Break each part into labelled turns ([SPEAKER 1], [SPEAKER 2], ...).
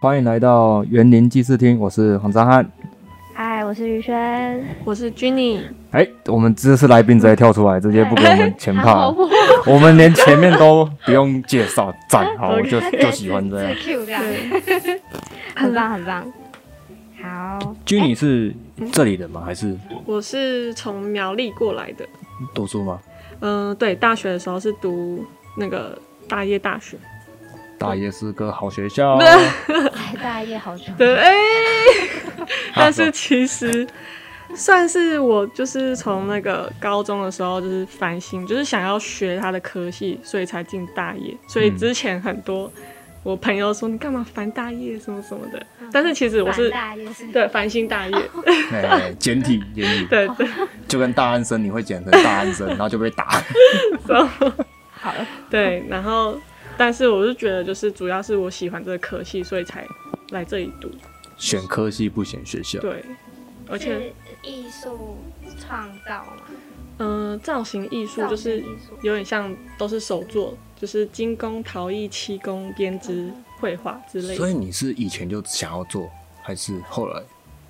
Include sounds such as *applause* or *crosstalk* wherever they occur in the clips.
[SPEAKER 1] 欢迎来到园林祭祀厅，我是黄章汉。
[SPEAKER 2] 嗨，哎我是于轩，
[SPEAKER 3] 我是 Jenny，
[SPEAKER 1] 哎，我们这次来宾直接跳出来，直接不给我们
[SPEAKER 2] *laughs*
[SPEAKER 3] *laughs*
[SPEAKER 1] 前怕哦
[SPEAKER 3] 好，我
[SPEAKER 1] 我们连前面都不用介绍，赞，
[SPEAKER 3] *laughs*
[SPEAKER 1] 好，我
[SPEAKER 2] *laughs*
[SPEAKER 1] 就就喜欢这样。
[SPEAKER 2] Q 这样，很棒很棒。好，
[SPEAKER 1] 居你是这里人吗？还是
[SPEAKER 3] 我是从苗栗过来的，
[SPEAKER 1] 读书吗？
[SPEAKER 3] 嗯、对，大学的时候是读那个大业大学，
[SPEAKER 1] 大爷是个好学
[SPEAKER 3] *laughs*
[SPEAKER 1] 校，啊
[SPEAKER 2] 哎大业好久，
[SPEAKER 3] 对，哎、但是其实算是我就是从那个高中的时候就是烦心，就是想要学他的科系，所以才进大业，所以
[SPEAKER 1] 嗯
[SPEAKER 3] 之前很多我朋友说你干嘛烦大业什么什么的，但是其实我
[SPEAKER 2] 嗯
[SPEAKER 3] 是
[SPEAKER 2] 大业是哦
[SPEAKER 3] 对烦心大业，
[SPEAKER 1] 哎，简体简体，
[SPEAKER 3] 对对。
[SPEAKER 1] *laughs* 就跟大安生你会简成大安生， *laughs* 然后就被打。
[SPEAKER 3] 对，然后但是我是觉得，就是主要是我喜欢这个科系，所以才来这里读。
[SPEAKER 1] 选科系不选学校，
[SPEAKER 3] 对，而且
[SPEAKER 2] 是艺术创造嘛，
[SPEAKER 3] 嗯、呃造型艺术
[SPEAKER 2] 造
[SPEAKER 3] 就是
[SPEAKER 2] 型艺术
[SPEAKER 3] 有点像都是手作，就是精工、陶艺、漆工、编织、
[SPEAKER 2] 嗯
[SPEAKER 3] 绘画之类
[SPEAKER 1] 所以
[SPEAKER 3] 的。
[SPEAKER 1] 你是以前就想要做，还是后来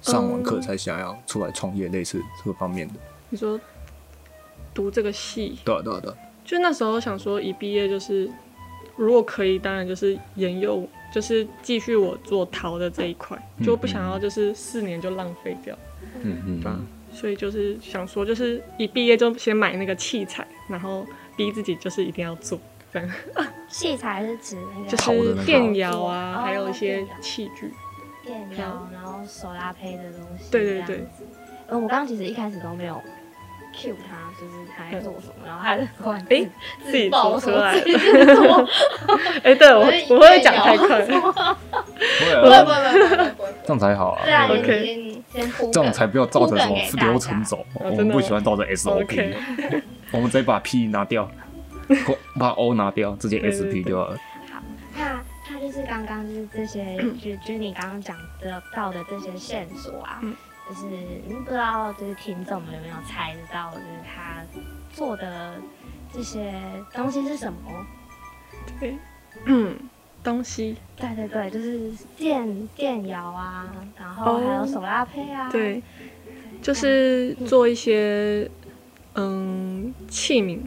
[SPEAKER 1] 上完课才想要出来创业，类似这个方面的？
[SPEAKER 3] 你说读这个系，
[SPEAKER 1] 对啊对啊对啊，
[SPEAKER 3] 就那时候想说，一毕业就是如果可以，当然就是研究。就是继续我做陶的这一块，就不想要就是四年就浪费掉。
[SPEAKER 1] 嗯嗯
[SPEAKER 3] 吧所以就是想说，就是一毕业就先买那个器材，然后逼自己就是一定要做，这样
[SPEAKER 2] 器材是指那
[SPEAKER 3] 就
[SPEAKER 2] 个
[SPEAKER 1] 陶的那
[SPEAKER 3] 是
[SPEAKER 1] 个
[SPEAKER 3] 电摇啊，
[SPEAKER 2] 哦
[SPEAKER 3] 还有一些器具。
[SPEAKER 2] 电疗，然后手拉胚的东西。
[SPEAKER 3] 对对对
[SPEAKER 2] 这样子。呃，我刚刚其实一开始都没有 cue 他，就是他在做什么，然后他就突然
[SPEAKER 3] 哎
[SPEAKER 2] 自
[SPEAKER 3] 自己
[SPEAKER 2] 爆
[SPEAKER 3] 走出
[SPEAKER 2] 说
[SPEAKER 3] 来
[SPEAKER 2] 自己在做，
[SPEAKER 3] *laughs* 哎、对我我会讲太快，
[SPEAKER 1] 会
[SPEAKER 2] 不
[SPEAKER 1] 啊
[SPEAKER 2] 不
[SPEAKER 3] *laughs*
[SPEAKER 2] 不不不不，
[SPEAKER 1] 这样才好啊
[SPEAKER 2] 对啊，你
[SPEAKER 3] OK
[SPEAKER 2] 先先铺梗，
[SPEAKER 1] 这样才不要照着什么
[SPEAKER 3] 哎
[SPEAKER 2] 铺梗给大家
[SPEAKER 1] 流程走，哦我
[SPEAKER 3] 哦真
[SPEAKER 1] 们
[SPEAKER 3] 的
[SPEAKER 1] 不
[SPEAKER 3] 吗
[SPEAKER 1] 喜欢照着 SOP，
[SPEAKER 3] OK
[SPEAKER 1] 我们直接把 P 拿掉，或把 O 拿掉，直接
[SPEAKER 3] 对对
[SPEAKER 1] SP
[SPEAKER 3] 对
[SPEAKER 1] 就好了。
[SPEAKER 2] 那他就是刚刚就是这 *coughs* 些，就就是你刚刚讲得到的这些线索啊，
[SPEAKER 3] 嗯
[SPEAKER 2] 就是嗯不知道就是听众们有没有猜得到，就是他做的这些东西是什么？
[SPEAKER 3] 对，嗯，东西，
[SPEAKER 2] 对对对，就是电电摇啊，然后
[SPEAKER 3] 哦
[SPEAKER 2] 还有手拉胚啊，
[SPEAKER 3] 对，就是做一些嗯器皿，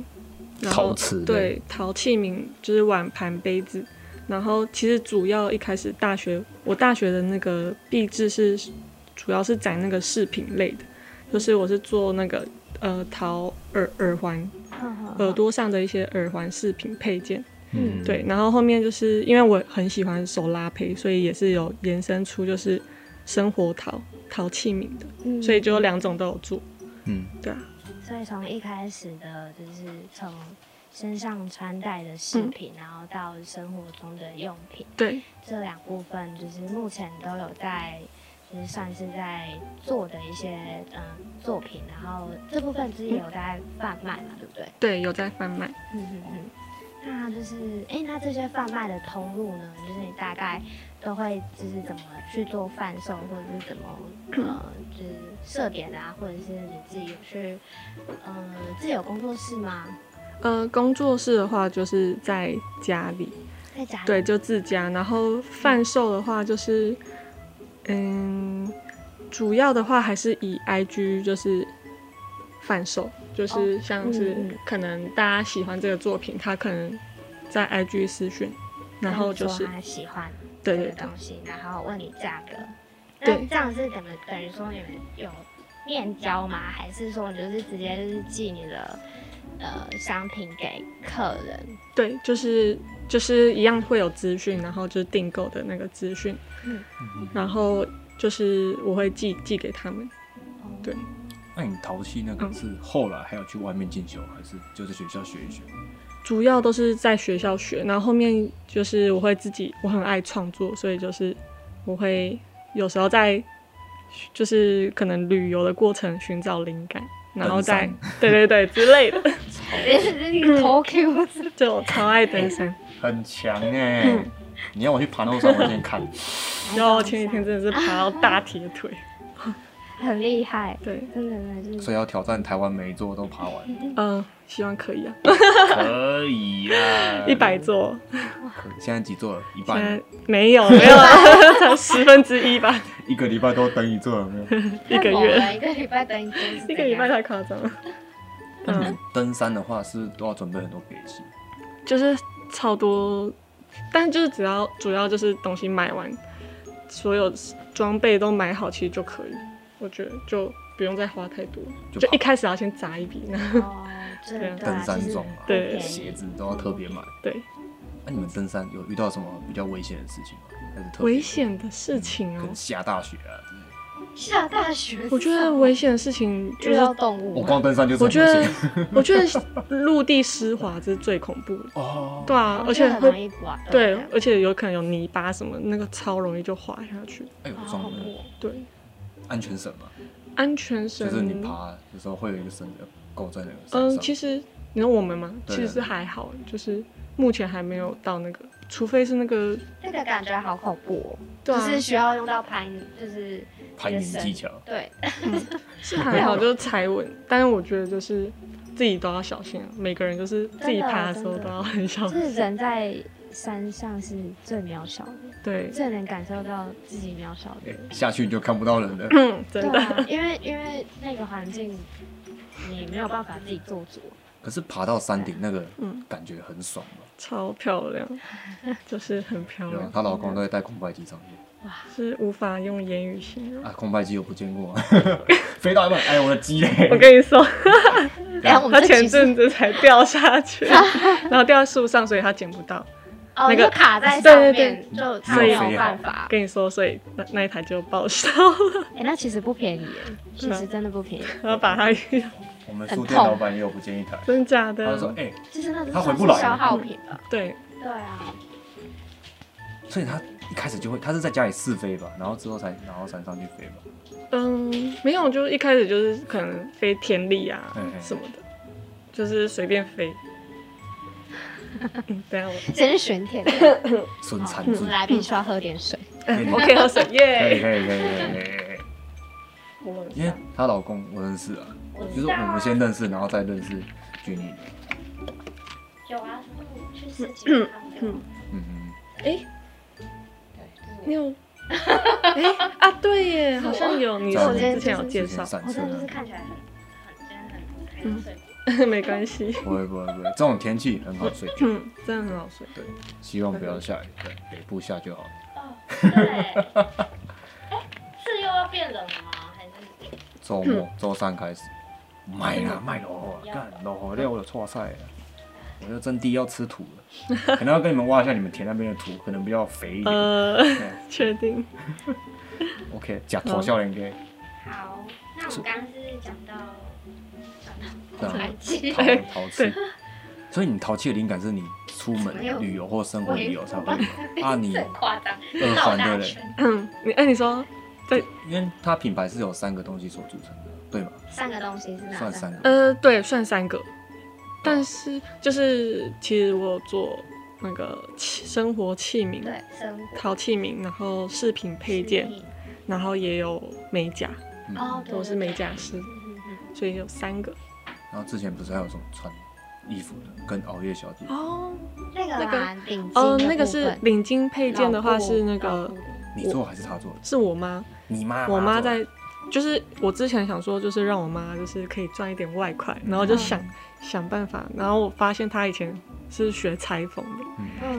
[SPEAKER 3] 然后
[SPEAKER 1] 陶瓷的
[SPEAKER 3] 对陶器皿，就是碗盘杯子。然后其实主要一开始大学，我大学的那个壁制是主要是展那个饰品类的，就是我是做那个呃陶耳耳环，
[SPEAKER 2] 嗯，嗯
[SPEAKER 3] 耳朵上的一些耳环饰品配件。
[SPEAKER 1] 嗯，
[SPEAKER 3] 对，然后后面就是因为我很喜欢手拉胚，所以也是有延伸出就是生活陶陶器皿的。
[SPEAKER 2] 嗯
[SPEAKER 3] 所以就两种都有做。
[SPEAKER 1] 嗯，
[SPEAKER 3] 对啊，
[SPEAKER 2] 所以从一开始的就是从身上穿戴的饰品，然后到生活中的用品。
[SPEAKER 3] 对，
[SPEAKER 2] 这两部分就是目前都有在，就是算是在做的一些嗯、呃作品，然后这部分就是也有在贩卖嘛，对不对？
[SPEAKER 3] 对，有在贩卖。
[SPEAKER 2] 嗯嗯嗯。那就是，哎，那这些贩卖的通路呢，就是你大概都会就是怎么去做贩售，或者是怎么呃，就是设点啊，或者是你自己有去呃自己有工作室吗？
[SPEAKER 3] 呃，工作室的话就是在家里，
[SPEAKER 2] 在家里
[SPEAKER 3] 对，就自家。然后贩售的话就是，嗯，主要的话还是以 IG 就是贩售，就是像是
[SPEAKER 2] 嗯嗯
[SPEAKER 3] 可能大家喜欢这个作品，他可能在 IG 私讯，然后就
[SPEAKER 2] 跟你
[SPEAKER 3] 是
[SPEAKER 2] 说他喜欢
[SPEAKER 3] 对
[SPEAKER 2] 这个
[SPEAKER 3] 对对
[SPEAKER 2] 东西，然后问你价格。那
[SPEAKER 3] 对
[SPEAKER 2] 这样是等于等于说你们有面交吗？还是说你就是直接就是寄你的呃商品给客人？
[SPEAKER 3] 对，就是就是一样会有资讯，然后就是订购的那个资讯，
[SPEAKER 2] 嗯
[SPEAKER 3] 然后就是我会寄寄给他们。对
[SPEAKER 1] 那你淘气那个
[SPEAKER 3] 嗯
[SPEAKER 1] 是后来还有去外面进修，还是就在学校学一学？
[SPEAKER 3] 主要都是在学校学，然后后面就是我会自己，我很爱创作，所以就是我会有时候在就是可能旅游的过程寻找灵感，然后再
[SPEAKER 1] 登
[SPEAKER 3] 对对对之类的，
[SPEAKER 2] 这是一
[SPEAKER 3] *laughs*
[SPEAKER 2] 个头 Q 字。
[SPEAKER 3] 就我超爱登山。
[SPEAKER 1] 很强哎！
[SPEAKER 3] *laughs*
[SPEAKER 1] 你让我去爬那个山，我先看。
[SPEAKER 3] 然后我前几天真的是爬到大铁腿，
[SPEAKER 2] 很厉害，
[SPEAKER 3] 对，
[SPEAKER 2] 真的真的就是
[SPEAKER 1] 所以要
[SPEAKER 3] *laughs*
[SPEAKER 1] 挑战台湾每一座都爬完，
[SPEAKER 3] 嗯、希望可以啊。
[SPEAKER 1] 可以呀。
[SPEAKER 3] 一百座，
[SPEAKER 1] 现在几座了？一
[SPEAKER 3] 现
[SPEAKER 1] 半
[SPEAKER 3] 在
[SPEAKER 1] 了，
[SPEAKER 3] 没有没
[SPEAKER 2] *laughs*
[SPEAKER 3] 有啊，才十分之一吧，
[SPEAKER 1] 一个礼拜都等一座有没有？
[SPEAKER 3] 一个
[SPEAKER 2] 太猛了
[SPEAKER 3] 月，
[SPEAKER 2] 一个礼拜等一次
[SPEAKER 3] *laughs*
[SPEAKER 2] 是怎样，
[SPEAKER 3] 一个礼拜太夸张了。嗯，
[SPEAKER 1] 登山的话是都要准备很多给息，
[SPEAKER 3] 就是超多，但就是只要主要就是东西买完，所有装备都买好，其实就可以。我觉得就不用再花太多，
[SPEAKER 1] 就
[SPEAKER 3] 就
[SPEAKER 1] 跑
[SPEAKER 3] 一开始要先砸一笔，那
[SPEAKER 2] 哦，真的对啊
[SPEAKER 1] 登山
[SPEAKER 2] 就是
[SPEAKER 1] 装啊，
[SPEAKER 3] 对
[SPEAKER 1] 鞋子都要特别买。
[SPEAKER 3] *laughs*
[SPEAKER 1] 啊
[SPEAKER 3] 对
[SPEAKER 1] 那你们登山有遇到什么比较危险的事情吗？还是特别嗯
[SPEAKER 3] 危险的事情哦
[SPEAKER 1] 可能。下大雪啊之类的？
[SPEAKER 2] 下大雪，
[SPEAKER 3] 我觉得危险的事情就
[SPEAKER 2] 遇到
[SPEAKER 3] 是，
[SPEAKER 2] 动
[SPEAKER 1] 我
[SPEAKER 2] 物啊嘛，
[SPEAKER 1] 光登山就是
[SPEAKER 3] 我
[SPEAKER 1] 很
[SPEAKER 3] 觉
[SPEAKER 1] 危
[SPEAKER 3] 得
[SPEAKER 1] 险
[SPEAKER 3] 我觉得陆地湿滑这是最恐怖的，
[SPEAKER 1] 哦，
[SPEAKER 3] 对啊，而
[SPEAKER 2] 就
[SPEAKER 3] 且
[SPEAKER 2] 很容
[SPEAKER 3] 会
[SPEAKER 2] 易刮到这
[SPEAKER 3] 对
[SPEAKER 2] 样，
[SPEAKER 3] 而且有可能有泥巴什么，那个超容易就滑下去。
[SPEAKER 1] *laughs* 哎，我
[SPEAKER 2] 好
[SPEAKER 1] 撞
[SPEAKER 2] 恐
[SPEAKER 1] 了
[SPEAKER 2] 怖哦
[SPEAKER 3] 对，
[SPEAKER 1] 安全绳嘛，
[SPEAKER 3] 安全绳
[SPEAKER 1] 就是你爬的时候会有一个绳子勾在那个绳
[SPEAKER 3] 嗯，
[SPEAKER 1] 上。
[SPEAKER 3] 其实你说我们吗？
[SPEAKER 1] 对
[SPEAKER 3] 其实还好，就是目前还没有到那个，除非是那个，
[SPEAKER 2] 那个感觉好恐怖
[SPEAKER 3] 对
[SPEAKER 2] 哦，就
[SPEAKER 3] 啊，
[SPEAKER 2] 是需要用到攀，就是
[SPEAKER 1] 排名技巧，
[SPEAKER 2] 对，
[SPEAKER 3] 是还好，就是踩稳。但是我觉得就是自己都要小心啊，每个人就是自己爬的时候
[SPEAKER 2] 真的
[SPEAKER 3] 都要很小
[SPEAKER 2] 就
[SPEAKER 3] 心。
[SPEAKER 2] 是哦人在山上是最渺小的，
[SPEAKER 3] 对，
[SPEAKER 2] 最能感受到自己渺小的
[SPEAKER 1] 哎，下去你就看不到人了。
[SPEAKER 3] 嗯，真
[SPEAKER 2] 对
[SPEAKER 3] 的，
[SPEAKER 2] 啊，因为因为那个环境，你没有办法自己做主。
[SPEAKER 1] 可是爬到山顶那个
[SPEAKER 3] 嗯
[SPEAKER 1] 感觉很爽嘛，
[SPEAKER 3] 超
[SPEAKER 2] *laughs*
[SPEAKER 3] 漂亮，就是很漂
[SPEAKER 1] 对吧？
[SPEAKER 3] 亮，
[SPEAKER 1] 她老公都会带空拍机上去，
[SPEAKER 3] 是无法用言语形容。
[SPEAKER 1] 啊，空拍机我不见过， *laughs* 飞到一半，哎，我的鸡嘞！
[SPEAKER 3] 我跟你说，
[SPEAKER 2] 然哦嗯哎后我
[SPEAKER 3] 他
[SPEAKER 2] 们这
[SPEAKER 3] 前
[SPEAKER 2] 集是
[SPEAKER 3] 阵子才掉
[SPEAKER 2] *laughs*
[SPEAKER 3] 下去，然后掉在树上，所以他捡不到。
[SPEAKER 2] 哦，
[SPEAKER 3] 那个
[SPEAKER 2] 就卡在上面，
[SPEAKER 3] 对对
[SPEAKER 2] 就他
[SPEAKER 1] 所
[SPEAKER 2] 没
[SPEAKER 1] 以
[SPEAKER 2] 有办法。
[SPEAKER 3] 跟你说，所以那那一台就报销了，
[SPEAKER 2] 哎、那其实不便宜耶，
[SPEAKER 3] 是
[SPEAKER 2] 其
[SPEAKER 3] 吗
[SPEAKER 2] 实真的不便宜，
[SPEAKER 3] 然后把它 *laughs*
[SPEAKER 1] 我们
[SPEAKER 2] 很
[SPEAKER 1] 书店
[SPEAKER 2] 痛
[SPEAKER 1] 老板也有不建议台，
[SPEAKER 3] 真的假
[SPEAKER 1] 他就
[SPEAKER 3] 的？
[SPEAKER 1] 说：“哎、
[SPEAKER 2] 就是啊那种
[SPEAKER 1] 他回
[SPEAKER 2] 算
[SPEAKER 1] 不
[SPEAKER 2] 是
[SPEAKER 1] 来
[SPEAKER 2] 消耗品吧。
[SPEAKER 3] 对，
[SPEAKER 2] 对啊，
[SPEAKER 1] 所以他一开始就会，他是在家里试飞吧，然后之后才然后才上去飞吧。
[SPEAKER 3] 嗯，没有，就是一开始就是可能飞天力啊
[SPEAKER 1] 嗯嗯
[SPEAKER 3] 什么的，就是随便飞。嗯，等一下我
[SPEAKER 2] 先是选
[SPEAKER 1] *laughs*
[SPEAKER 2] 舔。
[SPEAKER 1] 孙
[SPEAKER 2] 好
[SPEAKER 1] 产
[SPEAKER 2] 我
[SPEAKER 1] 子
[SPEAKER 2] 们，嗯来宾需要喝点水。
[SPEAKER 1] 可以
[SPEAKER 3] 我 *laughs* 可以喝水
[SPEAKER 1] 可以
[SPEAKER 3] 耶！
[SPEAKER 1] 可以可以可以可以，
[SPEAKER 3] 我冷
[SPEAKER 1] 因为她老公我认识啊，就是我们先认识，然后再认识君毅。
[SPEAKER 2] 有啊，去吃鸡汤的。
[SPEAKER 1] 嗯嗯，
[SPEAKER 3] 哎，你有？哎啊，对耶，好像有，你
[SPEAKER 1] 在
[SPEAKER 3] 是
[SPEAKER 1] 我
[SPEAKER 3] 之前有
[SPEAKER 2] 之
[SPEAKER 3] 介
[SPEAKER 1] 之前
[SPEAKER 3] 绍，
[SPEAKER 1] 上
[SPEAKER 2] 我
[SPEAKER 1] 车
[SPEAKER 2] 真的
[SPEAKER 1] 啊
[SPEAKER 2] 就是，看起来很很真的很开
[SPEAKER 3] 嗯
[SPEAKER 2] 水果。
[SPEAKER 3] *laughs* 没关系，
[SPEAKER 1] 不会不会不会，这种天气很好睡，
[SPEAKER 3] 嗯，真的很好睡。
[SPEAKER 1] 对，希望不要下雨，对，北部下就好。
[SPEAKER 2] 哦，对。哎，是又要变冷了吗？还是
[SPEAKER 1] 周末周三开始，买啦买咯，干落雨了我有错赛了，我就真地要吃土了，可能要跟你们挖一下你们田那边的土，可能比较肥一点。
[SPEAKER 3] 呃，
[SPEAKER 1] 对
[SPEAKER 3] 确定，
[SPEAKER 1] OK，假头笑脸给。
[SPEAKER 2] 好？那我们刚刚是讲到
[SPEAKER 1] 对
[SPEAKER 2] 讲到
[SPEAKER 1] 啊
[SPEAKER 2] *laughs* 海气，
[SPEAKER 1] 淘
[SPEAKER 3] 对
[SPEAKER 1] 淘气。 *laughs* 所以你淘气的灵感是你出
[SPEAKER 2] 没有
[SPEAKER 1] 门旅游或生活旅游才会
[SPEAKER 2] *laughs*
[SPEAKER 1] 有啊，你
[SPEAKER 2] 很夸张，
[SPEAKER 1] 耳环的
[SPEAKER 2] 绕大
[SPEAKER 1] 嘞
[SPEAKER 2] 圈，
[SPEAKER 3] 嗯，你哎，你说，
[SPEAKER 1] 因为它品牌是有三个东西所组成的，对吗？
[SPEAKER 2] 三个东西是哪
[SPEAKER 1] 算三？个，
[SPEAKER 3] 呃，对，算三个，但是就是其实我有做那个器生活器皿，
[SPEAKER 2] 对，生活
[SPEAKER 3] 陶器皿，然后饰品配件，
[SPEAKER 2] 食
[SPEAKER 3] 然后也有美甲，
[SPEAKER 1] 嗯
[SPEAKER 2] 品哦，对
[SPEAKER 3] 我是美甲师，
[SPEAKER 2] 对对对
[SPEAKER 3] 所以有三个。
[SPEAKER 1] 然后之前不是还有什么穿衣服的，跟熬夜小姐，
[SPEAKER 3] 哦，
[SPEAKER 2] 那个啦，顶级
[SPEAKER 3] 哦，
[SPEAKER 2] 的
[SPEAKER 3] 那个
[SPEAKER 2] 部
[SPEAKER 3] 是
[SPEAKER 2] 分
[SPEAKER 3] 领巾配件的话是那
[SPEAKER 2] 老
[SPEAKER 3] 个
[SPEAKER 2] 布的
[SPEAKER 1] 你做还是他做的？
[SPEAKER 3] 是我妈，
[SPEAKER 1] 你妈？
[SPEAKER 3] 我妈
[SPEAKER 1] 做的
[SPEAKER 3] 在，就是我之前想说，就是让我妈就是可以赚一点外快，
[SPEAKER 2] 嗯
[SPEAKER 3] 然后就想、想办法，然后我发现她以前是学裁缝的。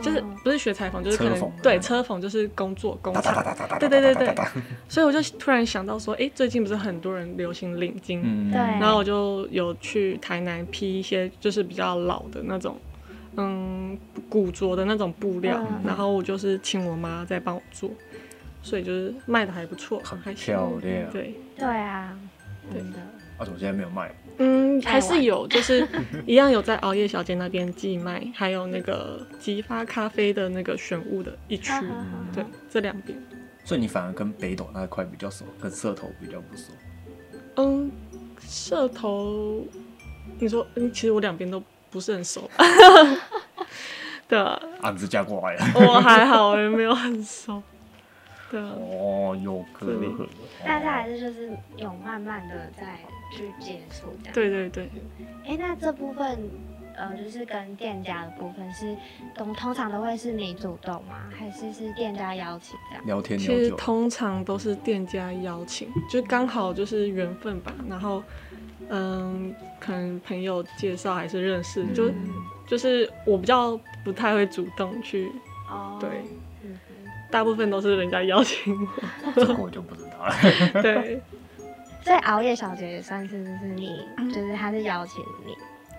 [SPEAKER 3] 就是
[SPEAKER 2] 嗯
[SPEAKER 3] 不是学裁缝，就是可
[SPEAKER 1] 车缝
[SPEAKER 3] 能
[SPEAKER 1] 的那
[SPEAKER 3] 对
[SPEAKER 1] 种
[SPEAKER 3] 车缝就是工作工
[SPEAKER 1] 哒哒哒
[SPEAKER 3] 厂，
[SPEAKER 1] 哒哒哒，
[SPEAKER 3] 对对对对
[SPEAKER 1] 哒哒哒哒哒
[SPEAKER 3] 所以我就突然想到说，诶，最近不是很多人流行领巾，
[SPEAKER 1] 嗯，
[SPEAKER 2] 对
[SPEAKER 3] 然后我就有去台南批一些就是比较老的那种，嗯，古着的那种布料，
[SPEAKER 2] 嗯
[SPEAKER 3] 然后我就是请我妈在帮我做，所以就是卖的还不错，
[SPEAKER 1] 很
[SPEAKER 3] 还行。
[SPEAKER 1] 漂亮。
[SPEAKER 3] 对，
[SPEAKER 2] 对啊，
[SPEAKER 1] 对
[SPEAKER 2] 真的
[SPEAKER 1] 啊，我现在没有卖，
[SPEAKER 3] 嗯，
[SPEAKER 2] 太
[SPEAKER 3] 还是
[SPEAKER 2] 晚
[SPEAKER 3] 有，就是
[SPEAKER 1] *laughs*
[SPEAKER 3] 一样有在熬夜小姐那边寄卖，还有那个吉发咖啡的那个选物的一区，
[SPEAKER 2] 哈哈哈
[SPEAKER 3] 对，这两边。
[SPEAKER 1] 所以你反而跟北斗那块比较熟，跟社头比较不熟。
[SPEAKER 3] 嗯，社头，你说，嗯，其实我两边都不是很熟。 *laughs* 对啊，
[SPEAKER 1] 啊，你是嫁过来的？
[SPEAKER 3] *laughs* 我还好，我也没有很熟。对啊，
[SPEAKER 1] 哦，有可
[SPEAKER 3] 这里
[SPEAKER 1] 能。哦
[SPEAKER 2] 大家还是就是有慢慢的在去接触这样。
[SPEAKER 3] 对对对，
[SPEAKER 2] 哎，那这部分呃，就是跟店家的部分是通通常都会是你主动吗？还是是店家邀请这样？
[SPEAKER 1] 聊天
[SPEAKER 3] 其
[SPEAKER 1] 聊
[SPEAKER 3] 实
[SPEAKER 1] 久了，
[SPEAKER 3] 通常都是店家邀请，就刚好就是缘分吧。然后，嗯，可能朋友介绍还是认识，就
[SPEAKER 1] 嗯
[SPEAKER 3] 就是我比较不太会主动去，
[SPEAKER 2] 哦
[SPEAKER 3] 对，
[SPEAKER 2] 嗯
[SPEAKER 3] 大部分都是人家邀请 *laughs*
[SPEAKER 1] 这个我就不知道了。
[SPEAKER 3] 我。对， *laughs*
[SPEAKER 2] 所以熬夜小姐也算是就是你，就是她是邀请你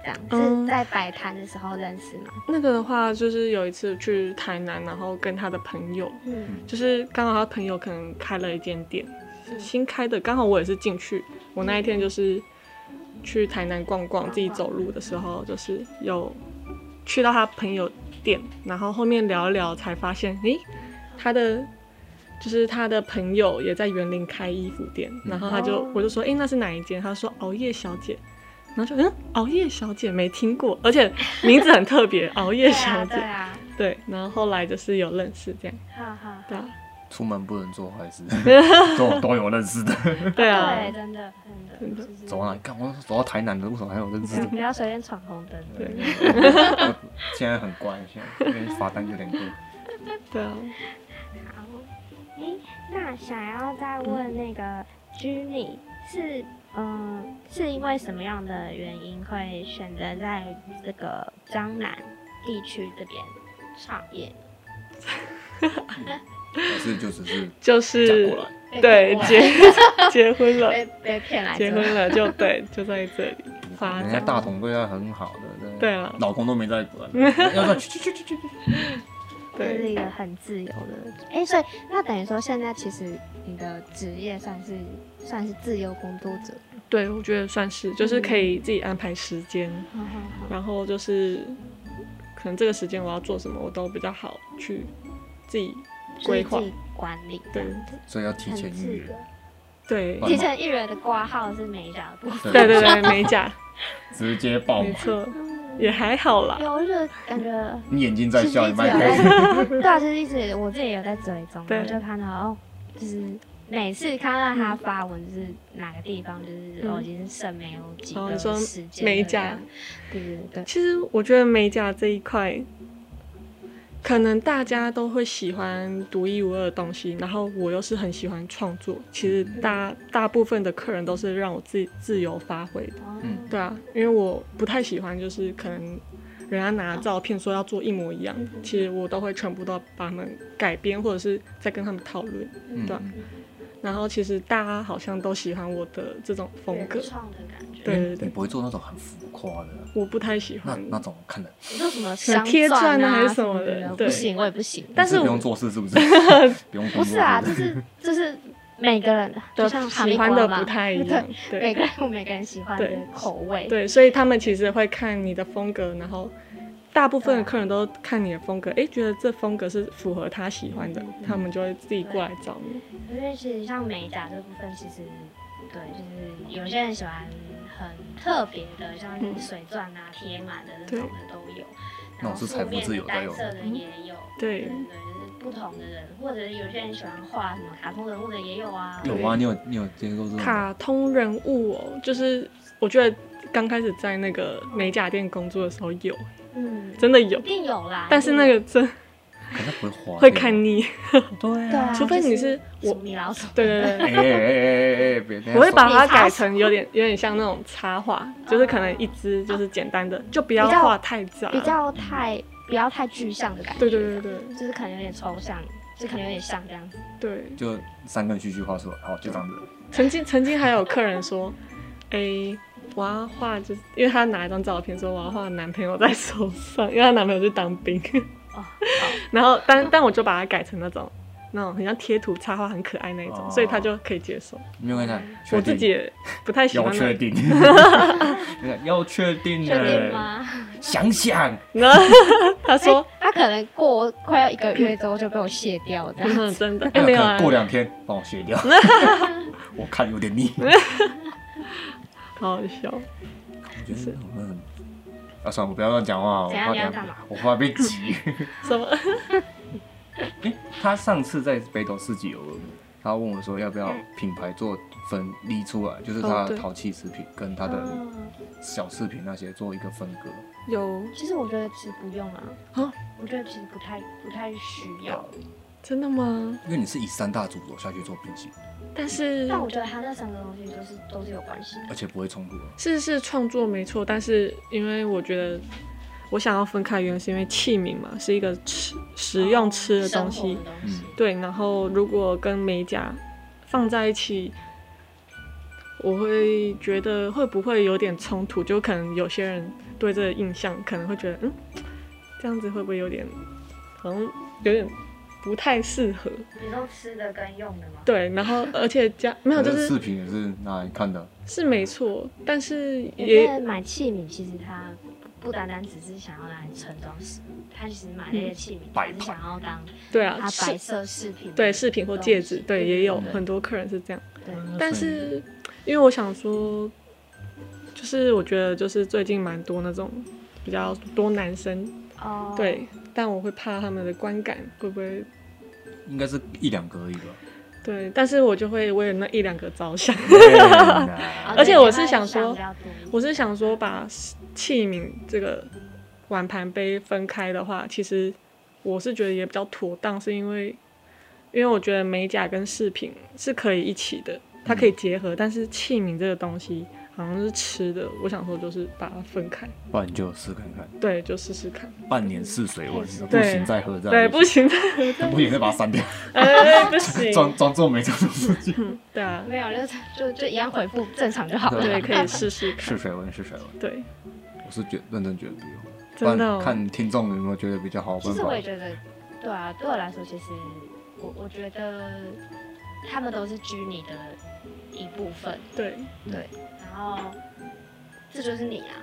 [SPEAKER 2] 这样，
[SPEAKER 3] 嗯
[SPEAKER 2] 是在摆摊的时候认识吗？
[SPEAKER 3] 那个的话就是有一次去台南，然后跟他的朋友，
[SPEAKER 2] 嗯
[SPEAKER 3] 就是刚好他朋友可能开了一间店，是新开的，刚好我也是进去。我那一天就是去台南逛逛，自己走路的时候，就是有去到他朋友店，然后后面聊一聊，才发现，诶、他的就是他的朋友也在园林开衣服店，然后他就、
[SPEAKER 2] 哦
[SPEAKER 3] 我就说，诶、那是哪一间？他说熬夜小姐。然后就嗯，熬夜小姐没听过，而且名字很特别，熬夜
[SPEAKER 2] 对
[SPEAKER 3] 小
[SPEAKER 2] 啊
[SPEAKER 3] 姐。
[SPEAKER 2] 对啊，
[SPEAKER 3] 对，然后后来就是有认识这样，
[SPEAKER 2] 哈哈，
[SPEAKER 3] 对啊，
[SPEAKER 1] 出门不能做坏
[SPEAKER 3] *laughs*
[SPEAKER 1] 事，都都有认识的。
[SPEAKER 3] 对啊，
[SPEAKER 2] 对，真的真的
[SPEAKER 3] 真的
[SPEAKER 2] 就是
[SPEAKER 1] 走到哪里干？我走到台南的路上还有认识的
[SPEAKER 2] 不。要随便闯红灯。
[SPEAKER 1] 对，
[SPEAKER 3] 嗯
[SPEAKER 1] *laughs* 现在很乖，现在因为罚单有点贵。
[SPEAKER 3] 对啊，
[SPEAKER 2] 好，诶，那想要再问那个 Jenny 是。嗯，是因为什么样的原因会选择在这个江南地区这边创业？
[SPEAKER 1] 可是就只是
[SPEAKER 3] 就是
[SPEAKER 1] 嫁过来，
[SPEAKER 3] 对
[SPEAKER 2] 被
[SPEAKER 3] 结 *laughs* 结
[SPEAKER 2] *laughs*
[SPEAKER 3] 婚了，
[SPEAKER 2] 被被骗来这
[SPEAKER 3] 结婚了就对，就在这里
[SPEAKER 2] 嗯
[SPEAKER 3] 发
[SPEAKER 1] 人家
[SPEAKER 3] 展。
[SPEAKER 1] 大同对他很好的，
[SPEAKER 3] 对啊
[SPEAKER 1] 老公都没在
[SPEAKER 3] *laughs*
[SPEAKER 1] 管，要让去去去去去去。
[SPEAKER 2] 这是
[SPEAKER 3] 对，
[SPEAKER 2] 一个很自由的。哎、所以那等于说，现在其实你的职业算是算是自由工作者。
[SPEAKER 3] 对，我觉得算是，
[SPEAKER 2] 嗯
[SPEAKER 3] 就是可以自己安排时间，
[SPEAKER 2] 好好好
[SPEAKER 3] 然后就是可能这个时间我要做什么，我都比较好去自己规划
[SPEAKER 2] 自。己管理这
[SPEAKER 3] 对
[SPEAKER 2] 样子，
[SPEAKER 1] 所以要提前
[SPEAKER 2] 很自
[SPEAKER 1] 预
[SPEAKER 2] 由
[SPEAKER 1] 约。。
[SPEAKER 3] 对
[SPEAKER 1] 管
[SPEAKER 2] 提前预约的挂号是美甲部。
[SPEAKER 3] 对对对，美
[SPEAKER 2] *laughs*
[SPEAKER 3] 甲，
[SPEAKER 1] 直接爆
[SPEAKER 3] 没
[SPEAKER 1] 满。
[SPEAKER 3] 错，也还好啦。
[SPEAKER 2] 有，我就感觉
[SPEAKER 1] 你眼睛 *laughs* 在笑，你
[SPEAKER 2] 其实一
[SPEAKER 1] 蛮
[SPEAKER 2] 直有
[SPEAKER 1] 开心。
[SPEAKER 2] 在， *laughs* 对啊，就是一直我自己有在追踪，
[SPEAKER 3] 对
[SPEAKER 2] 我就看到哦，就是。每次看到他发文，就是哪个地方，就是哦
[SPEAKER 3] 嗯
[SPEAKER 2] 我已经剩没有几
[SPEAKER 3] 哦
[SPEAKER 2] 个
[SPEAKER 3] 你说
[SPEAKER 2] 时间了
[SPEAKER 3] 美
[SPEAKER 2] 这
[SPEAKER 3] 甲
[SPEAKER 2] 样，对对对，
[SPEAKER 3] 其实我觉得美甲这一块，可能大家都会喜欢独一无二的东西，然后我又是很喜欢创作。其实大大部分的客人都是让我自己自由发挥的，
[SPEAKER 2] 哦
[SPEAKER 1] 嗯
[SPEAKER 3] 对啊，因为我不太喜欢就是可能人家拿照片说要做一模一样，其实我都会全部都把它们改编，或者是再跟他们讨论。
[SPEAKER 1] 嗯
[SPEAKER 3] 对
[SPEAKER 1] 嗯
[SPEAKER 3] 然后其实大家好像都喜欢我的这种风格
[SPEAKER 2] 原，创的感觉，
[SPEAKER 3] 对对
[SPEAKER 1] 你
[SPEAKER 3] 对，嗯
[SPEAKER 1] 不会做那种很浮夸的，
[SPEAKER 3] 我不太喜
[SPEAKER 1] 那
[SPEAKER 3] 欢。
[SPEAKER 1] 那种看的，
[SPEAKER 2] 你说什么镶
[SPEAKER 3] 贴
[SPEAKER 2] 钻
[SPEAKER 3] 钻
[SPEAKER 2] 啊
[SPEAKER 3] 啊还是
[SPEAKER 2] 什
[SPEAKER 3] 什么的对
[SPEAKER 2] 不行，我也不行。
[SPEAKER 3] 但是
[SPEAKER 1] 你不
[SPEAKER 3] 我
[SPEAKER 1] 用做事是不
[SPEAKER 3] *laughs*
[SPEAKER 1] 是？不用
[SPEAKER 2] 不是啊，
[SPEAKER 1] 工作
[SPEAKER 2] 就是
[SPEAKER 1] 不是
[SPEAKER 2] 是就是每个人
[SPEAKER 3] *laughs* 都
[SPEAKER 2] 就像哈密
[SPEAKER 3] 喜
[SPEAKER 2] 瓜
[SPEAKER 3] 欢的
[SPEAKER 2] 嘛
[SPEAKER 3] 不太一样，对，
[SPEAKER 2] 每个人 *laughs* 有每个人喜欢的
[SPEAKER 3] 对
[SPEAKER 2] 口味。
[SPEAKER 3] 对，所以他们其实会看你的风格，然后大部分的客人都看你的风格，诶，觉得这风格是符合他喜欢的，他们就会自己过来找你。
[SPEAKER 2] 因为其实像美甲这部分，其实对，就是有些人喜欢很特别的，像
[SPEAKER 3] 嗯
[SPEAKER 2] 水钻啊、贴满的那种的都有。
[SPEAKER 1] 那种
[SPEAKER 2] 然后
[SPEAKER 1] 是财
[SPEAKER 2] 素
[SPEAKER 1] 富
[SPEAKER 2] 面
[SPEAKER 1] 自
[SPEAKER 2] 的
[SPEAKER 1] 由才
[SPEAKER 2] 单
[SPEAKER 1] 有的
[SPEAKER 2] 色的也有，
[SPEAKER 3] 嗯对
[SPEAKER 2] 对对，就是不同的人，或者是有些人喜欢画什么卡通人物的也有啊，
[SPEAKER 1] 有啊，你有你有接过这种吗？
[SPEAKER 3] 卡通人物哦，就是我觉得刚开始在那个美甲店工作的时候有，
[SPEAKER 2] 嗯，
[SPEAKER 3] 真的有
[SPEAKER 2] 一，定有啦。
[SPEAKER 3] 但是那个真
[SPEAKER 1] 可是不会花，
[SPEAKER 3] 会看腻，
[SPEAKER 1] 对
[SPEAKER 2] 对
[SPEAKER 1] 啊。
[SPEAKER 2] 啊，
[SPEAKER 3] 除非你
[SPEAKER 2] 就是鼠
[SPEAKER 3] 我，
[SPEAKER 2] 米老
[SPEAKER 3] *laughs*
[SPEAKER 2] 鼠，
[SPEAKER 3] 对对对
[SPEAKER 1] 哎哎哎哎哎！别，
[SPEAKER 3] 我会把它
[SPEAKER 2] 你插
[SPEAKER 3] 改成有点有点像那种插画，就是可能一支就是简单的，就不要
[SPEAKER 2] 比较
[SPEAKER 3] 画太杂
[SPEAKER 2] 比
[SPEAKER 3] 了。
[SPEAKER 2] 较太不要太具象的感觉。
[SPEAKER 3] 对对对对
[SPEAKER 2] 就是可能有点抽象，就可能有点像这样子。
[SPEAKER 3] 对，
[SPEAKER 1] 就三根须须画出来，好，就这样子。
[SPEAKER 3] 曾经曾经还有客人说，哎、我要画，就是因为她拿一张照片说我要画男朋友在手上，因为她男朋友去当兵， *laughs*
[SPEAKER 2] 哦，
[SPEAKER 3] 然后但但我就把它改成那种那种很像贴图插画很可爱那一种，
[SPEAKER 1] 哦
[SPEAKER 3] 所以她就可以接受。
[SPEAKER 1] 没有跟你讲，
[SPEAKER 3] 我
[SPEAKER 1] 确定
[SPEAKER 3] 自己也不太喜
[SPEAKER 1] 要
[SPEAKER 3] 欢那
[SPEAKER 1] 确
[SPEAKER 3] 种， *laughs*
[SPEAKER 1] 定，要确定
[SPEAKER 2] 确定
[SPEAKER 1] 的，
[SPEAKER 2] 吗？
[SPEAKER 1] 想想
[SPEAKER 3] 然后 *laughs* 她说
[SPEAKER 1] *laughs*
[SPEAKER 2] 哎，他可能过快要一个月之后就被我卸掉这
[SPEAKER 3] *laughs*
[SPEAKER 2] 样。
[SPEAKER 3] 嗯，真的，哎、
[SPEAKER 1] 哎
[SPEAKER 3] 没有
[SPEAKER 1] 可能
[SPEAKER 3] 啊，
[SPEAKER 1] 过两天帮我
[SPEAKER 2] *laughs*
[SPEAKER 1] 卸掉，我看有点腻。
[SPEAKER 3] 好好笑，
[SPEAKER 1] 我觉得我们啊，算了，我不要乱讲话，我
[SPEAKER 2] 怎样
[SPEAKER 1] 怕
[SPEAKER 2] 你要
[SPEAKER 1] 等
[SPEAKER 2] 干嘛
[SPEAKER 1] 下我怕被挤。 *laughs*
[SPEAKER 3] 什么？
[SPEAKER 1] 哎，他上次在北斗市集有问我，他问我说要不要
[SPEAKER 2] 嗯
[SPEAKER 1] 品牌做分离出来，就是他
[SPEAKER 3] 哦对
[SPEAKER 1] 陶器食品跟他的
[SPEAKER 2] 嗯
[SPEAKER 1] 小饰品那些做一个分割，
[SPEAKER 3] 有
[SPEAKER 2] 其实我觉得其实不用啊，
[SPEAKER 3] 啊，
[SPEAKER 2] 我觉得其实不太不太需要。
[SPEAKER 3] 真的吗？
[SPEAKER 1] 因为你是以三大主轴下去做编辑，
[SPEAKER 3] 但是
[SPEAKER 2] 但我觉得它那三个东西都是都是有关系的。
[SPEAKER 1] 而且不会冲突的。
[SPEAKER 3] 是是创作没错，但是因为我觉得我想要分开，原因是因为器皿嘛，是一个吃实用吃的东
[SPEAKER 2] 哦生
[SPEAKER 3] 西
[SPEAKER 2] 活，的东西
[SPEAKER 1] 嗯
[SPEAKER 3] 对，然后如果跟美甲放在一起，我会觉得会不会有点冲突？就可能有些人对这个印象可能会觉得，嗯，这样子会不会有点，好像有点不太适合？
[SPEAKER 2] 你说吃的跟用的吗？
[SPEAKER 3] 对，然后而且加没有就
[SPEAKER 1] 可是
[SPEAKER 3] 是
[SPEAKER 1] 视频也是拿来看的，
[SPEAKER 3] 是没错，但是
[SPEAKER 2] 我觉
[SPEAKER 3] 也
[SPEAKER 2] 得买器皿其实它不单单只是想要拿来盛装食物，它其实买那些器皿，
[SPEAKER 1] 摆
[SPEAKER 2] 它是想要当
[SPEAKER 3] 对
[SPEAKER 2] 它
[SPEAKER 3] 嗯啊，
[SPEAKER 2] 摆
[SPEAKER 3] 是，
[SPEAKER 2] 设饰品。
[SPEAKER 3] 对饰品或戒指，对，也有
[SPEAKER 1] 对
[SPEAKER 3] 很多客人是这样。
[SPEAKER 2] 嗯对，
[SPEAKER 3] 但是因为我想说，就是我觉得就是最近蛮多那种比较多男生，
[SPEAKER 2] 哦，
[SPEAKER 3] 对，但我会怕他们的观感会不会
[SPEAKER 1] 应该是一两个而已吧。
[SPEAKER 3] 对，但是我就会为了那一两个着想， *laughs*
[SPEAKER 2] 哦，
[SPEAKER 3] 而且
[SPEAKER 2] 对
[SPEAKER 3] 我
[SPEAKER 2] 它
[SPEAKER 3] 是
[SPEAKER 2] 会
[SPEAKER 3] 想说
[SPEAKER 2] 比较多一点
[SPEAKER 3] 我是想说把器皿这个碗盘杯分开的话，其实我是觉得也比较妥当，是因为因为我觉得美甲跟饰品是可以一起的，它可以结合，但是器皿这个东西好像是吃的，我想说就是把它分开。
[SPEAKER 1] 不然你就试看看，
[SPEAKER 3] 对，就试试看。
[SPEAKER 1] 半年试水温，不
[SPEAKER 3] 对
[SPEAKER 1] 行再喝再
[SPEAKER 3] 对，不行，
[SPEAKER 1] 不行再把它删掉，
[SPEAKER 3] 哎，不行， *laughs*
[SPEAKER 1] 装装作没这种事情。
[SPEAKER 3] 对啊，
[SPEAKER 2] 没有，就是就嗯就一样回复正常就好了。
[SPEAKER 3] 对，可以试试看。
[SPEAKER 1] 试水温，试水温，
[SPEAKER 3] 对，
[SPEAKER 1] 我是觉认真觉得不用，不
[SPEAKER 3] 真
[SPEAKER 1] 然
[SPEAKER 3] 的哦、
[SPEAKER 1] 看听众有没有觉得比较好。
[SPEAKER 2] 其实
[SPEAKER 1] 不然
[SPEAKER 2] 我也觉得，对啊，对我来说，其实我我觉得他们都是拘泥的一部分，
[SPEAKER 3] 对，
[SPEAKER 2] 对。然后这就是你啊，